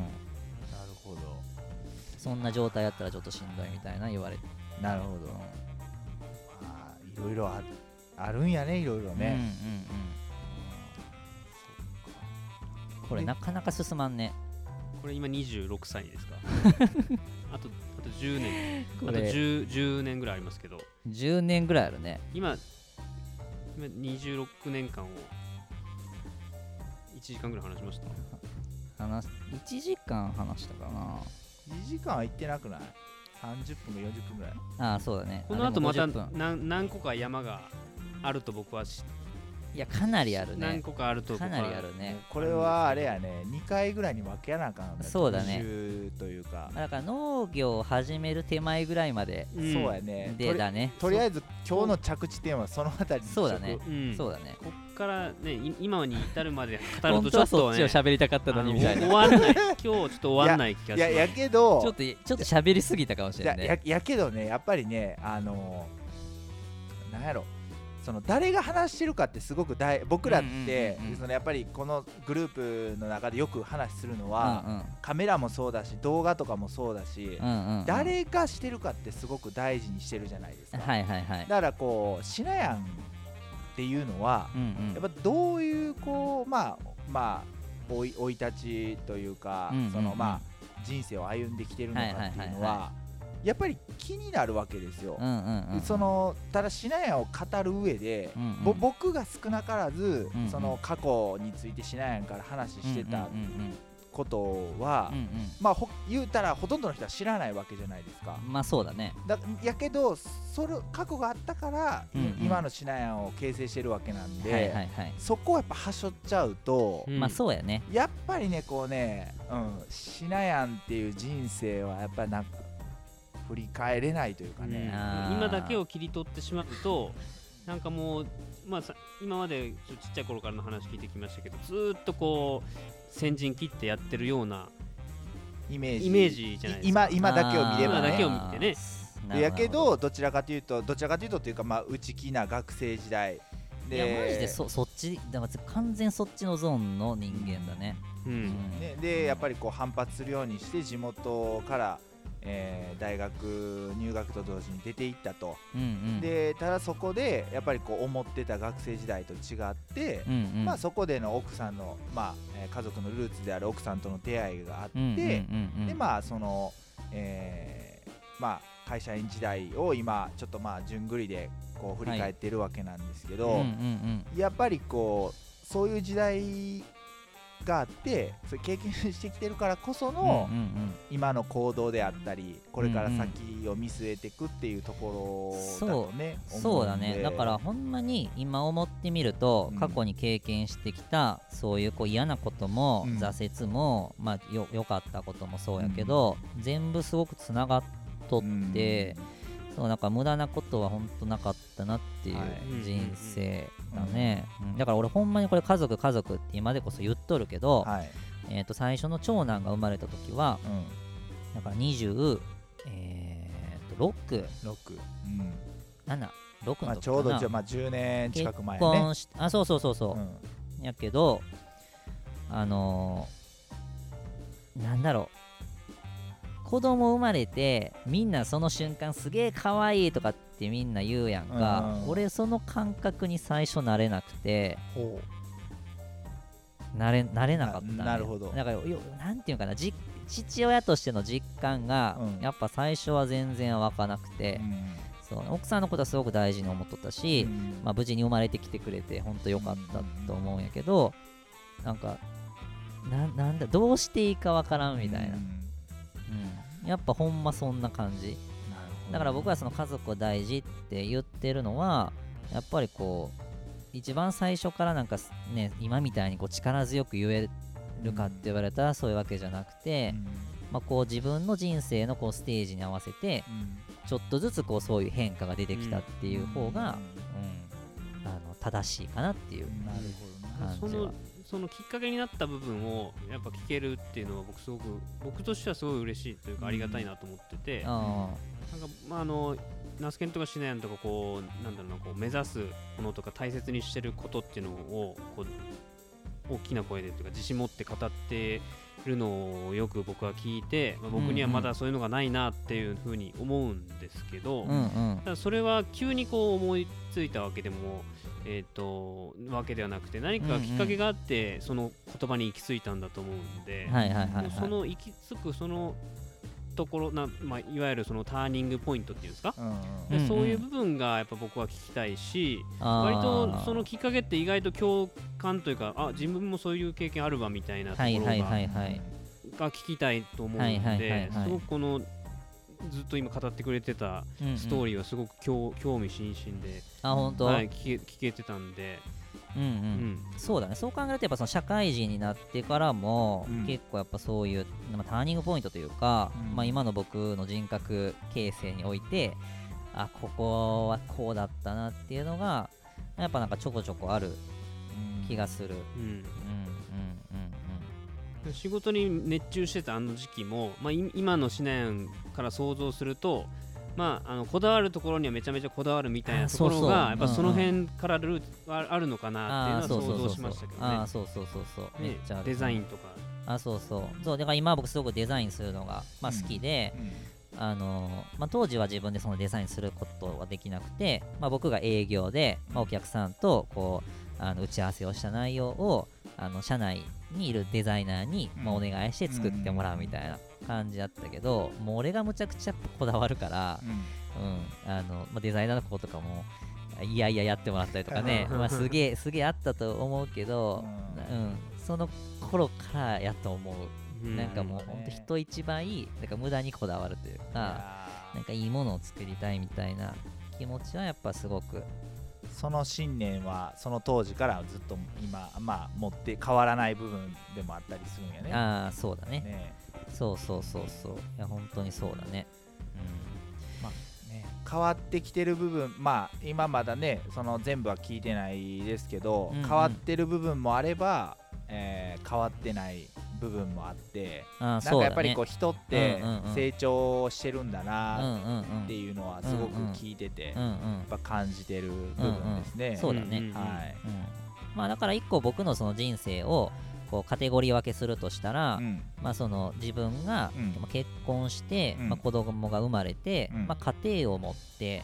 ほどそんな状態やったらちょっとしんどいみたいな言われてなるほどまあいろいろあるあるんやねいろいろうんね、うんうんこれなかなか進まんねこれ今26歳です かあとあと10年あことれ 10, 10年ぐらいありますけど10年ぐらいあるね今今26年間を1時間ぐらい話しました話1時間話したかな2時間は行ってなくない30分か40分ぐらいああそうだねこの後まあたでも50分何何個か山があると僕は知っいやかなりある何ね個かあると僕かはなりあるねこれはあれやね2回ぐらいに分けやなあかんそうだね移住というか、だから農業を始める手前ぐらいまでんそうやねとでりだねとりあえず今日の着地点はそのあたりにしとくそうだねうんそうだねこっからねい今に至るまで語る本とちょ当はっとそっちねを喋りたかったのにみたいなあの終わんない今日ちょっと終わんない気がいすやるやけどちょっといちょっと喋りすぎたかもしじれゃんやねやけどねやっぱりねあのーなんやろその誰が話してるかってすごく大僕らってうんうんうんうんそのやっぱりこのグループの中でよく話するのうんは、カメラもそうだし動画とかもそうだし、うんうんうんうん誰がしてるかってすごく大事にしてるじゃないですか、はいはいはいだからこうしなやんっていうのはうんうやっんぱどういうこうまあまあ生い生い立ちというか、うんうんうんそのまあ人生を歩んできてるのかっていうはいはいのはいははやっぱり気になるわけですよ。うんうんうんそのただしなやんを語る上で、うんうんぼ僕が少なからず、うんうんその過去についてしなやんから話してたうんうんことは、うんうんうんまあほ言うたらほとんどの人は知らないわけじゃないですか。うんまあそうだねだやけどそれ過去があったから、うんうん今のしなやんを形成してるわけなんで、はいはいはいそこをやっぱはしょっちゃうと、うんまあそうやねやっぱりねこうね、うん、しなやんっていう人生はやっぱなんか振り返れないというかうんね、あー今だけを切り取ってしまうとなんかもう、まあ、さ今までちょちっちゃい頃からの話聞いてきましたけどずーっとこう先陣切ってやってるようなイメージイメージじゃないですか今今だけを見れば今だけねを見てねあーでやけどどちらかというとどちらかというとというかまあ内気な学生時代でいやマジでそそっちだから完全そっちのゾーンの人間だね、ううんんね、でやっぱりこう反発するようにして地元から、えー大学入学と同時に出ていったと、うんうんでただそこでやっぱりこう思ってた学生時代と違って、うんうんまあ、そこでの奥さんの、まあえー家族のルーツである奥さんとの出会いがあって、うんうんうんうんでまあその、えーまあ、会社員時代を今ちょっとまあ順繰りでこう振り返ってるわけなんですけど、うんうんうんやっぱりこうそういう時代があってそれ経験してきてるからこその、うんうん今の行動であったりこれから先を見据えていくっていうところだとね、うん思そうだんでねだからほんまに今思ってみるとうん過去に経験してきたそういうこう嫌なこともうん挫折もまあよ良かったこともそうやけど全部すごくつながっとってそうなんか無駄なことは本当なかったなっていうはい人生だね、うんだから俺ほんまにこれ家族家族って今でこそ言っとるけうど、んはい、えー、と最初の長男が生まれた時はうだから20えー、と6ん、6、うん7 6まのあ、時ちょうどかじなゃあ、まあ、10年近く前結やね、婚しあそうそうそうそう、やけどあのーなんだろう子供生まれてみんなその瞬間すげえ可愛いとかってみんな言うやんか、うん俺その感覚に最初慣れなくてうん、ほ慣れ慣れなかったんやななるほどだからよなんていうんかなじ父親としての実感が、うんやっぱ最初は全然湧かなくう、てう、んそう奥さんのことはすごく大事に思っとったし、うんまあ、無事に生まれてきてくれて本当良かったと思うんやけどなんかななんだどうしていいかわからんみたいなう、んうんやっぱほんまそんな感じなるほどだから僕はその家族を大事って言ってるのはやっぱりこう一番最初からなんかすね今みたいにこう力強く言えるかって言われたらそういうわけじゃなくて、うんまあ、こう自分の人生のこうステージに合わせてうんちょっとずつこうそういう変化が出てきたっていう方が、ううんん、あの正しいかなっていう。なるほどな感そじはのそのきっかけになった部分をやっぱ聞けるっていうのは僕すごく僕としてはすごい嬉しいというかありがたいなと思ってて、あなんかまああのナスケンとかシナヤンとかこうなんだろうなこう目指すものとか大切にしてることっていうのをこう大きな声でというか自信持って語ってるのをよく僕は聞いて、まあ、僕にはまだそういうのがないなっていうふうに思うんですけど、うんうんただそれは急にこう思いついたわけでも、えー、とわけではなくて何かきっかけがあって、その言葉に行き着いたんだと思うんで、はいはいはいはいその行き着くそのところな、まあ、いわゆるそのターニングポイントっていうんですか、うんうんでうんうんそういう部分がやっぱ僕は聞きたいし割割とそのきっかけって意外と共感というかあ自分もそういう経験あるわみたいなとこはいろが,、はいはいはいが聞きたいと思うので、はいはいはいはいすごくこのずっと今語ってくれてたストーリーリーはすごく興興味津々で、あ本当、はい、聞け聞けてたんで、うんううんんそうだねそう考えるとやっぱその社会人になってからも、うん結構やっぱそういう、まあ、ターニングポイントというか、うんまあ、今の僕の人格形成においてあここはこうだったなっていうのがやっぱなんかちょこちょこある気がする、うんうんうんうん仕事に熱中してたあの時期も、まあ、い今のシナヤンから想像すると、まあ、あのこだわるところにはめちゃめちゃこだわるみたいあなーところそうそうがやっぱそのう辺からルーツああるのかなあっあていーそううのは想そうそう像しそうましたけどねあーそうそうそうそうめっねちゃあるデザインとか、あそうそうそうだから今僕すごくデザインするのが、まあ、好きで、あのまあ、当時は自分でそのデザインすることはできなくて、まあ、僕が営業で、まあ、お客さんとこうあの打ち合わせをした内容をあの社内にいるデザイナーに、まあ、うおん願いして作ってもらうみたいな感じだったけどもう俺がむちゃくちゃこだわるから、うんあのまあ、デザイナーの子とかもいやいややってもらったりとかねまあすげえすげえあったと思うけど、うんうん、その頃からやと思う。うなんかもうなるほどほんねと人一倍なんか無駄にこだわるというかなんかいいものを作りたいみたいな気持ちはやっぱすごくその信念はその当時からずっと今まあ持って変わらない部分でもあったりするんやね。ああそうだねねそうそうそうそういや本当にそうだねね変わってきてる部分まあ今まだねその全部は聞いてないですけど、うんうん変わってる部分もあれば、えー変わってない部分もあってうんああなんかそうやっだぱりねこう人ってうんうんうん成長してるんだうんなうんっていうのはすごく聞いてて、うんうやっんぱ感じてる部分ですね。そうだねんんんはいうんまあだから一個僕のその人生をこうカテゴリー分けするとしたら、うんまあその自分がうんまあ結婚して、うんまあ子供が生まれて、うんまあ家庭を持って、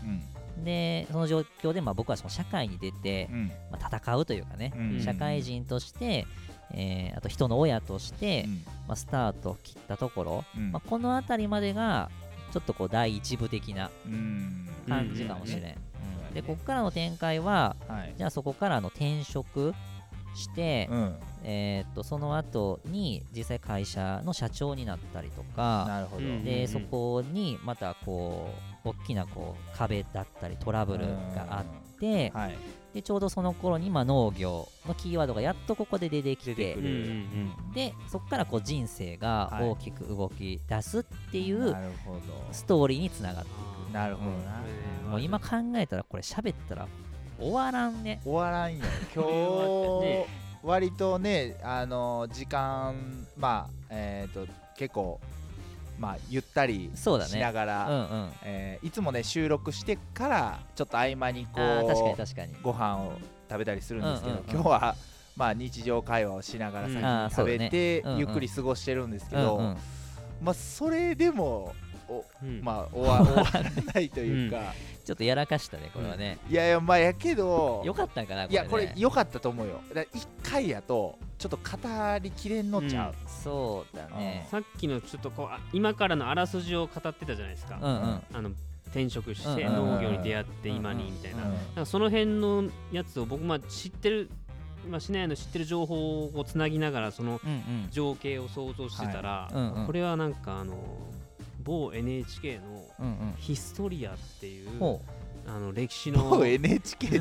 でその状況でまあ僕はその社会に出て、うんうんまあ、戦うというかね、うん社会人として、えーあと人の親として、まあ、スタートを切ったところ、うんまあ、この辺りまでがちょっとこう第一部的なうん感じかもしれん、うんうんうんでここからの展開ははいじゃあそこからの転職して、うん、えーっとその後に実際会社の社長になったりとかなるほど、うんでそこにまたこう大きなこう壁だったりトラブルがあって、はい、でちょうどその頃にまあ農業のキーワードがやっとここで出てきて出てくうんるうんでそこからこう人生がはい大きく動き出すっていうなるほストーリーにつながって、うんどなるほあどなー、えーもう今考えたらこれ喋ったら終わらんね終わらんよ今これはね日割とねあの時間まあえっ、と結構まあゆったりしそうだねながら、うんうんえーいつもね収録してからちょっと合間にこあー確かにう確かにご飯を食べたりするんですけど、うんうんうん今日はまあ日常会話をしながらうん先に食べて、あーそうだねうんうんゆっくり過ごしてるんですけうんど、うんまあそれでもおうんまあ終わ 終わらないというか、ちょっとやらかしたねこれはね、いやいやまあやけどよかったんかなこれ、ね、いやこれ良かったと思うよだから一回やとちょっと語りきれんのちゃう、そうだねさっきのちょっとこうあ今からのあらすじを語ってたじゃないですか、うんうんあの転職してうんうんうん農業に出会って今にみたいな、うんなんかその辺のやつを僕まあ知ってる、まあ、市内の知ってる情報をつなぎながらそのうんうん情景を想像してたら、うんうんこれはなんかあの某 NHK のうんうん「ヒストリア」っていうほあの歴史の某 NHK で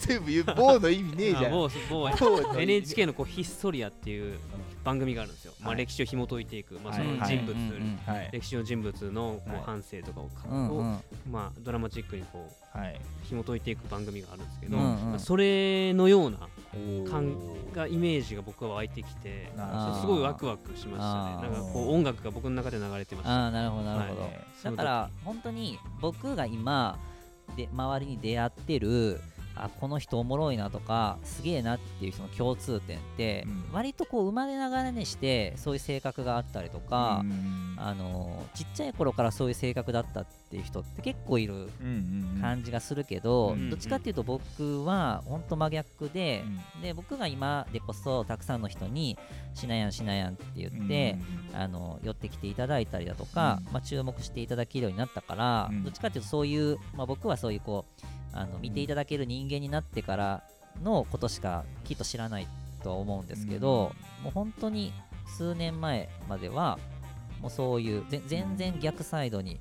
全部言う某の意味ねえじあゃん某某 某の意味 NHK のこうヒストリアっていう番組があるんですよ、まはあ、い歴史を紐解いていく、まあ、はそいのはい人物、うんうんはい歴史の人物のはもいう反省とかをか、うんうをんまあ、ドラマチックにこうはい紐解いていく番組があるんですけど、うんうんまあそれのような感おーがイメージが僕は湧いてきてなるあほーすごいワクワクしましたあねーなんかこう音楽が僕の中で流れてましたああなるほどなるほど、はいだから本当に僕が今で周りに出会ってるあこの人おもろいなとかすげえなっていう人の共通点って、うん割とこう生まれながらにしてそういう性格があったりとか、うんあのちっちゃい頃からそういう性格だったっていう人って結構いるうんうんうん感じがするけど、うんどっちかっていうと僕は本当真逆で、うで僕が今でこそたくさんの人に「しなやんしなやん」って言んって、あの寄ってきていただいたりだとか、うんまあ、注目していただけるようになったから、うんどっちかっていうとそういう、まあ、僕はそういうこうあの見ていただける人間になってからのことしかきっと知らないとは思うんですけど、もう本当に数年前まではもうそういうぜ全然逆サイドに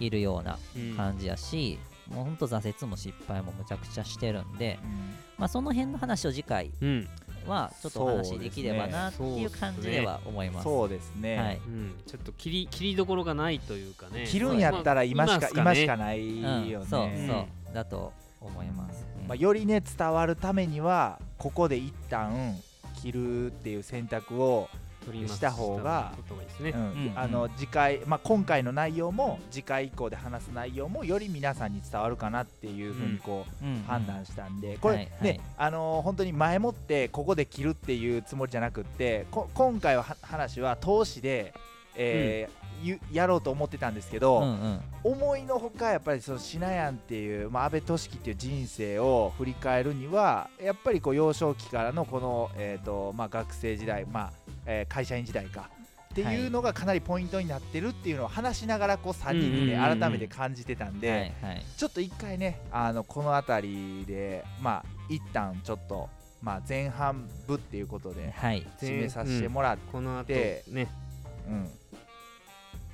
いるようなうん感じやし、もう本当挫折も失敗もむちゃくちゃしてるんで、うんまあ、その辺の話を次回うんはちょっとお話しできればなっていう感じでは思います。そうですね、はいうん、ちょっと切り切りどころがないというかね切るんやったら今しか,、今しかねないようね、ん、そうねそうだと思います、うんまあ、よりね伝わるためにはここで一旦切るっていう選択を、取りますした方がした方がいいですね、うんうんあの次回、まあ、今回の内容も次回以降で話す内容もより皆さんに伝わるかなっていうふうにこう、うんうん判断したんで、これ、はいはね、いあのー本当に前もってここで切るっていうつもりじゃなくってこ今回はは話は投資で、えーゆやろうと思ってたんですけど、うんうん思いのほかやっぱりそのシナヤンっていう、まあ、安倍俊樹っていう人生を振り返るにはやっぱりこう幼少期からのこの、えーとまあ、学生時代、まあえー会社員時代かっていうのがかなりポイントになってるっていうのを話しながらこう3人でうんうんうんうねん改めて感じてたんで、はいはいちょっと一回ねあのこの辺りでまあ一旦ちょっと、まあ、前半部っていうことではい締めさせてもらって、この後でねうん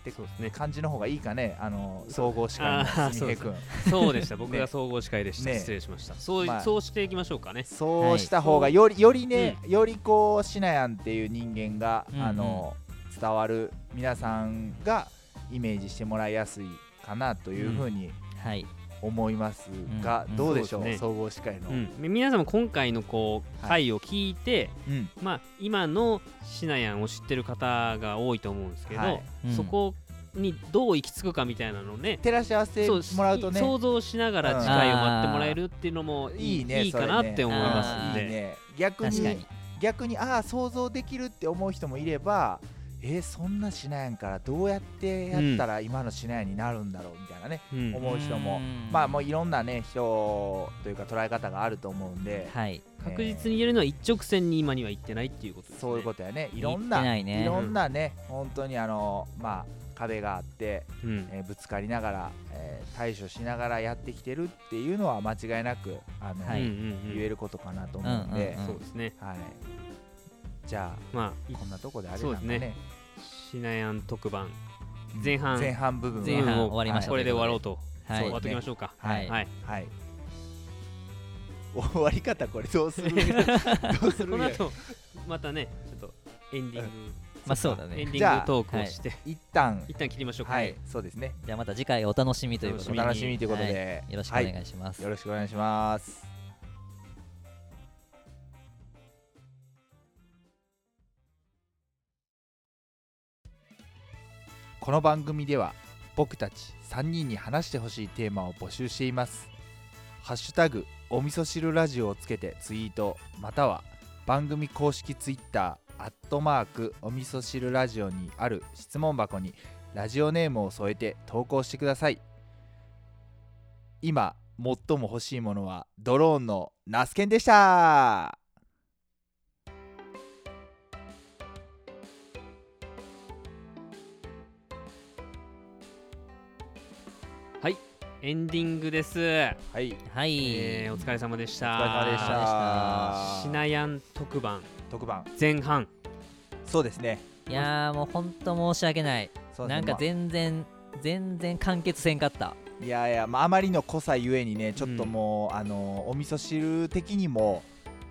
でそうですね感じの方がいいかねあの総合司会あのーすみへくんそうでした、僕ねが総合司会でした、ね失礼しましたそう,、まあそうしていきましょうかねそうした方がはいよりよりね、よりこうシナヤンっていう人間が、うんうんあの伝わる皆さんがイメージしてもらいやすいかなというふうにはい思いますが、どうでしょう,、うんうん総合司会の、うん、で皆さんも今回のこうは回を聞いて、うんまあ、今のシナヤンを知ってる方が多いと思うんですけど、はいうんそこにどう行き着くかみたいなのをね照らし合わせてそうもらうとね想像しながうらん次回を待ってもらえるっていうのもいい,、いいねいいそれかねなって思いますんあーでいいね逆確かにに逆にああ想像できるって思う人もいればえーそんなシナヤンからどうやってやったら今のシナヤンになるんだろうみたいなね、うん思う人もんまあもういろんなね人というか捉え方があると思うんで、はい確実に言えるのは一直線に今には行ってないっていうことですねそういうことやねいろん言なってないいねろんなね本当にあのまあ壁があって、うんえーぶつかりながら、えー対処しながらやってきてるっていうのは間違いなくあの、はいうんうん言えることかなとう思うんんうんで、うんそうですねはいじゃまああこんなとこであれなそんうだですねねシナヤン特番うん前半前半部分は前半を終わりましたこれで終わろうとはい終わっときましょうかははいい、はい 終わり方これどうするどうすこるんのや後またねちょっとエンディンまあそうだグエねンデじゃィンあグトークをして、一旦一旦切りましょうか、はいそうですねじゃあまた次回お楽しみということおで楽楽しみということで、よろしくおは願いします、いよろしくお願いしますこの番組では僕たち3人に話してほしいテーマを募集していますハッシュタグお味噌汁ラジオをつけてツイートまたは番組公式ツイッターアットマークお味噌汁ラジオにある質問箱にラジオネームを添えて投稿してください今最も欲しいものはドローンのナスケンでしたエンディングです、はいはい、えーお疲れ様でしおた疲れ様でしたあシナヤン特番特番前半そうですねいやーもう本当申し訳ない、そうでなすねんかまあ全然全然完結せんかったいやいや、まあ、あまりの濃さゆえにねちょっとうんもう、あのお味噌汁的にも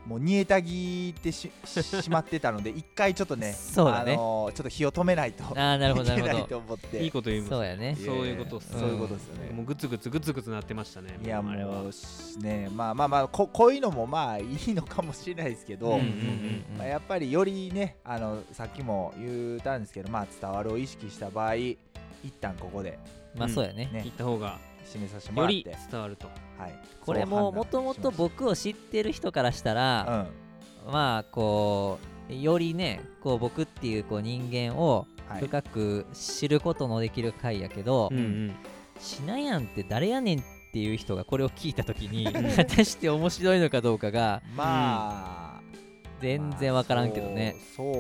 もう煮えたぎってししまってたので一回ちょっとねそうだねあのちょっと火を止めないとああなるほどいけななるいほとど思っていいこと言いますそうやねとそういうことっすややそういうことですよね、もうグツグツグツグツなってましたねいやもうあれはもうしねまあまあまあここういうのもまあいいのかもしれないですけど、うんまあ、やっぱりよりねあのさっきも言ったんですけど、まあ、伝わるを意識した場合一旦ここでまあそうやね、ね行った方が締めさせてもよらっりて、伝わるとはい、これももともとそう僕を知ってる人からしたら、判断しままあこうよりねこう僕っていうこう人間をした、うんはい、深く知ることのできる回やけど、うんうんしなやんって誰やねんっていう人がこれを聞いた時に果たして面白いのかどうかがまあ、全然分からんけどねまあ、そ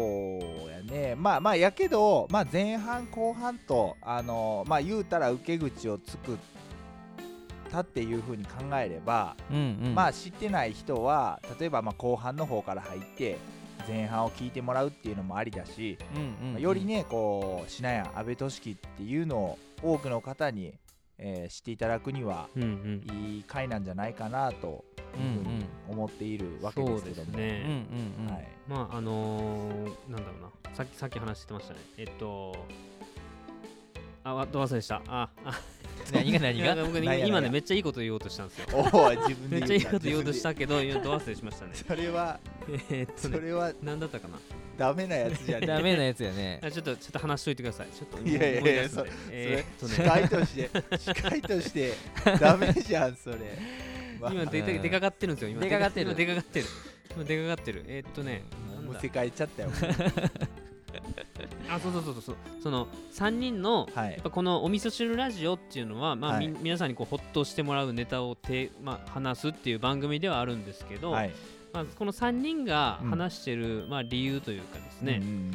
うそうやねまあまあやけど、まあ、前半後半とあのまあ言うたら受け口を作ったっていうふうに考えれば、うんうんまあ知ってない人は例えばまあ後半の方から入って前半を聞いてもらうっていうのもありだし、うんうんうんよりねこうしなや安倍俊樹っていうのを多くの方に、えー知っていただくにはうんうんいい回なんじゃないかなとうん思っているわけそでうすけですども。うんうね、んうんうんはいまああのー、なんだろうなさっきさっき話してましたねえっとあわど忘れしたああ何が何 いやが僕何がね今何ねがめっちゃいいこと言おうとしたんですよおお自分めでっちゃいいこと言おうとしたけど今ど忘れしましたねそれはえっと そねれは何だったかなダメなやつじゃねダメなやつや ねあちょっとちょっと話しといてくださいちょっと思いやいやいや思出すんでええーっとそれね司会として司会としてダメじゃんそれ、まあ今出てうん出かかってるんですよ今出かかってる今出かかってる今出かかってるえーっとねもなんうだ世界ちゃったよあそうそうそうそうその3人のはやいっぱこのお味噌汁ラジオっていうのは、まあみは皆さんにこうほっとしてもらうネタをて、まあ、話すっていう番組ではあるんですけど、はいまあ、この3人がうん話してる、まあ、理由というかですね、うん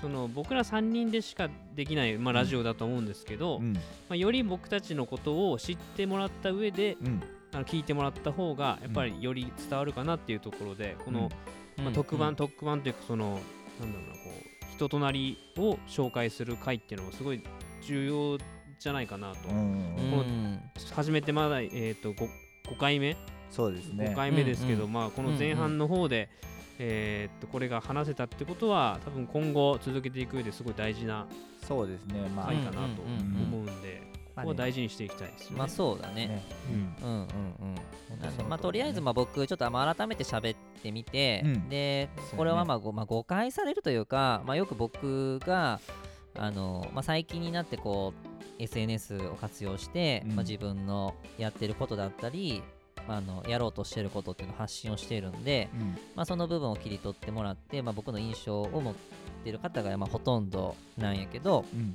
その僕ら3人でしかできない、まあ、ラジオだと思うんですけど、うまんあ、より僕たちのことを知ってもらった上でうんあの聞いてもらった方がやっぱりより伝わるかなっていうところでこの、まあ、特番、特番というかそのなんだろうなこう人となりを紹介する回っていうのもすごい重要じゃないかなと、うんうんうん初めてまだ、えー、と 5, 5回目、そうですね5回目ですけど、うんまあ、この前半の方で、えー、とこれが話せたってことは多分今後続けていく上ですごい大事なそうですねまあ回かなとうんうんうん思うんで、ここは大事にしていきたいですよね。まあそうだねねうんうんうんうんなんでまあ、ととりあえずまあ僕ちょっとあんま改めて喋ってみて、うんでうねこれはまあご、まあ、誤解されるというか、まあ、よく僕があの、まあ、最近になってこう SNS を活用して、うんまあ、自分のやってることだったりまああのやろうとしてることっていうのを発信をしているんで、うんまあ、その部分を切り取ってもらって、まあ、僕の印象を持ってる方がまあほとんどなんやけどうん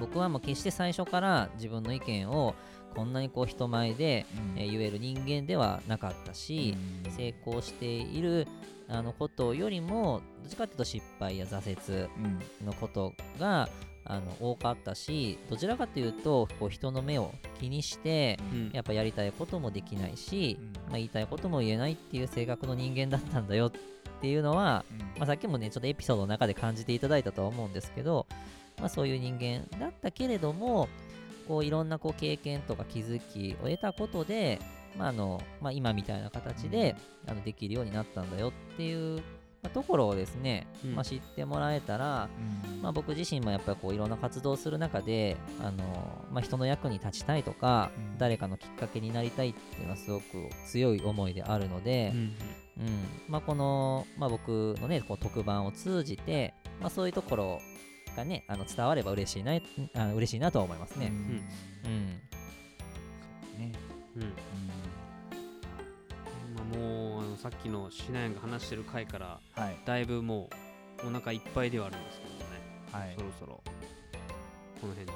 僕はもう決して最初から自分の意見をこんなにこう人前でうんえー言える人間ではなかったし、うん成功しているあのことよりもどっちかっていうと失敗や挫折うんのことがあの多かったしどちらかというとこう人の目を気にしてうんやっぱやりたいこともできないし、うんまあ、言いたいことも言えないっていう性格の人間だったんだよっていうのは、うんまあ、さっきもねちょっとエピソードの中で感じていただいたとは思うんですけど、まあ、そういう人間だったけれどもこういろんなこう経験とか気づきを得たことで、まああのまあ、今みたいな形で、あのできるようになったんだよっていう、まあ、ところをですね、うんまあ、知ってもらえたら、うんまあ、僕自身もやっぱりこういろんな活動をする中であの、まあ、人の役に立ちたいとか、うん誰かのきっかけになりたいっていうのはすごく強い思いであるので、うんうんまあ、この、まあ、僕のねこう特番を通じて、まあ、そういうところがねあの伝われば嬉しいなあ嬉しいなとは思いますうね。んうんねうんまあ、もうあのさっきのシナヤンが話してる回からはいだいぶもうお腹いっぱいではあるんですけどね、はいそろそろこの辺で。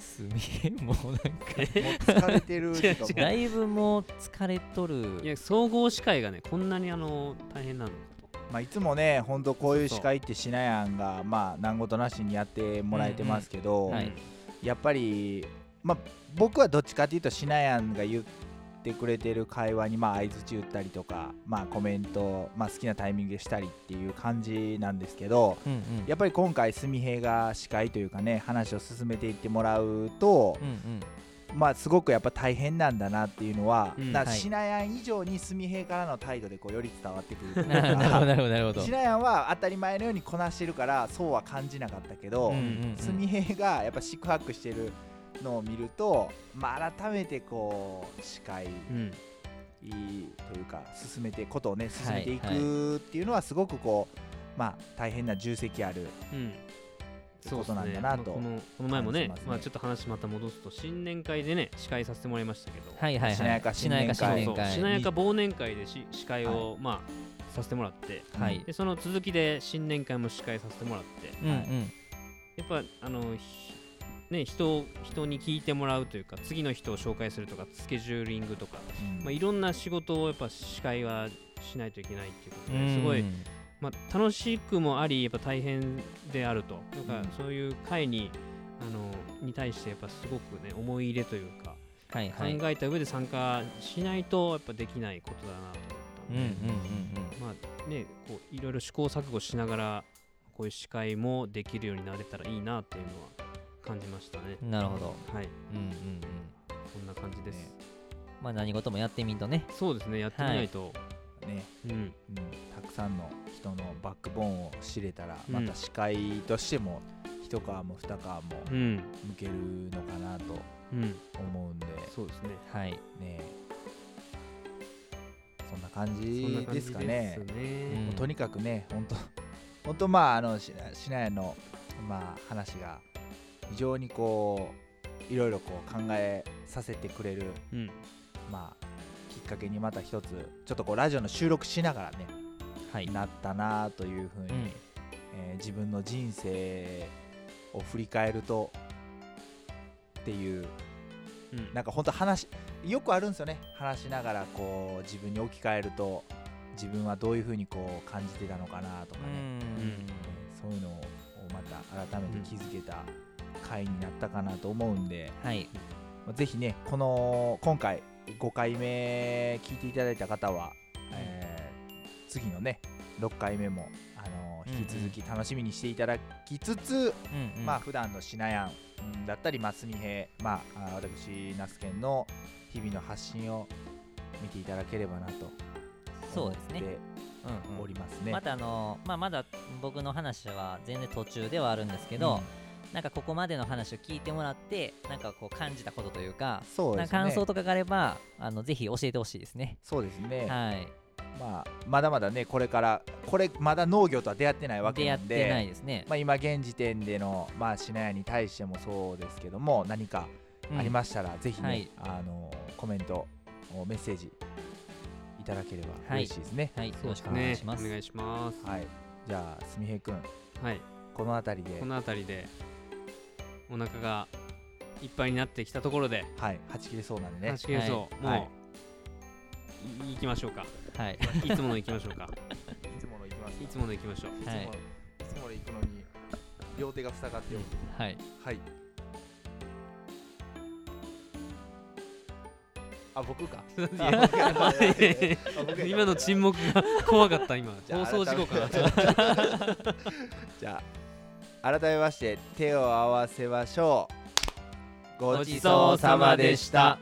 すげえもうな んかもう疲れてるとかもだいぶもう疲れとるいや総合司会がねこんなにあの大変なのかとまあいつもね本当こういう司会ってしなやんがまあ何事なしにやってもらえてますけど、うんはいやっぱりまあ僕はどっちかっていうとしなやんが言ってくれてる会話にまあ相槌打ったりとかまあコメントまあ好きなタイミングでしたりっていう感じなんですけどうんうんやっぱり今回すみへいが司会というかね話を進めていってもらうとうんうんまあ、すごくやっぱ大変なんだなっていうのは、うんだからはいシナヤン以上に純平からの態度でこうより伝わってくるという かなるほどなるほどなるほどシナヤンは当たり前のようにこなしてるからそうは感じなかったけど、うんすみへがやっぱ四苦八苦してるのを見ると、まあ、改めてこう司会うんというか進めてことをね進はめいていくっていうのはすごくこう、まあ、大変な重責あるうんそうですねですまあここののこの前もね感じますねまあ、ちょっと話また戻すと新年会でね司会させてもらいましたけど、はいはいはいしなやか新年会しなやそかうそ新うし年な会やか忘年会でし司会を、まあ、させてもらってはいでその続きで新年会も司会させてもらってうんうんやっぱあのひね人を人に聞いてもらうというか次の人を紹介するとかスケジューリングとか、まあ、いろんな仕事をやっぱ司会はしないといけないっていうことですごい、うんまあ、楽しくもありやっぱ大変であるとなんうんかそういう会にあのに対してやっぱすごくね思い入れというかはい考はいえた上で参加しないとやっぱできないことだなとうんうん思うっんたので、まあねこういろいろ試行錯誤しながらこういう司会もできるようになれたらいいなっていうのは感じましたねうんなるほどはいうんうんうんこんな感じです、ねまあ何事もやってみんとねそうですねやってみないと、ねうんうん、たくさんの人のバックボーンを知れたら、うんまた司会としても一皮も二皮もうん向けるのかなとうん思うんで、そうですねはいねそんな感そんなじ感でじすかねですねもうとにかくね本当本当まああのししなやのまあ話が非常にこういろいろこう考えさせてくれるうんまあきっかけにまた一つちょっとこうラジオの収録しながらねはいなったなというふうに、うんえー自分の人生を振り返るとっていううんなんか本当話よくあるんですよね話しながらこう自分に置き換えると自分はどういうふうにこう感じてたのかなとかね、えーそういうのをまた改めて気づけた回になったかなと思うんで、はいまあぜひねこの今回5回目聞いていただいた方は、えー次のね6回目も、あのーうんうん引き続き楽しみにしていただきつつ、うんうんまあ普段のしなやんうんだったり、ますみへい、まあ、あ私、那須研の日々の発信を見ていただければなとそう思っですねてうんうんおりますね。またあのまあまだ僕の話は全然途中ではあるんですけど、なんかここまでの話を聞いてもらってなんかこう感じたことというかうんそなうでんすか感ね想。とかがあればあのぜひ教えてほしいですね。そうですね、はい、まあ、まだまだねこれからこれまだ農業とは出会ってないわけ出な会っんてなでいですね。まあ、今現時点での、まあ、しなやに対してもそうですけども何かありましたら、ぜひね、はいあのコメントメッセージいただければはい嬉しいですね。す。はい、よそうろでしすくお願いねします。お願いしますはい、じゃあすみへいくんはいこの辺りでこの辺りでお腹がいっぱいになってきたところではい、はち切れそうなんでね。話し切れそう、はいもう、い、行きまし ょうかはい、いつもの行きましょうかつもの行きますいつもの行きまし ょうはいいつもの行くのに両手が塞がっておる。はい、はい。あ、僕 か。今の沈黙が怖かった今じゃ放あ送事故かな改めて じゃあ改めまして手を合わせましょう。ごちそうさまでした。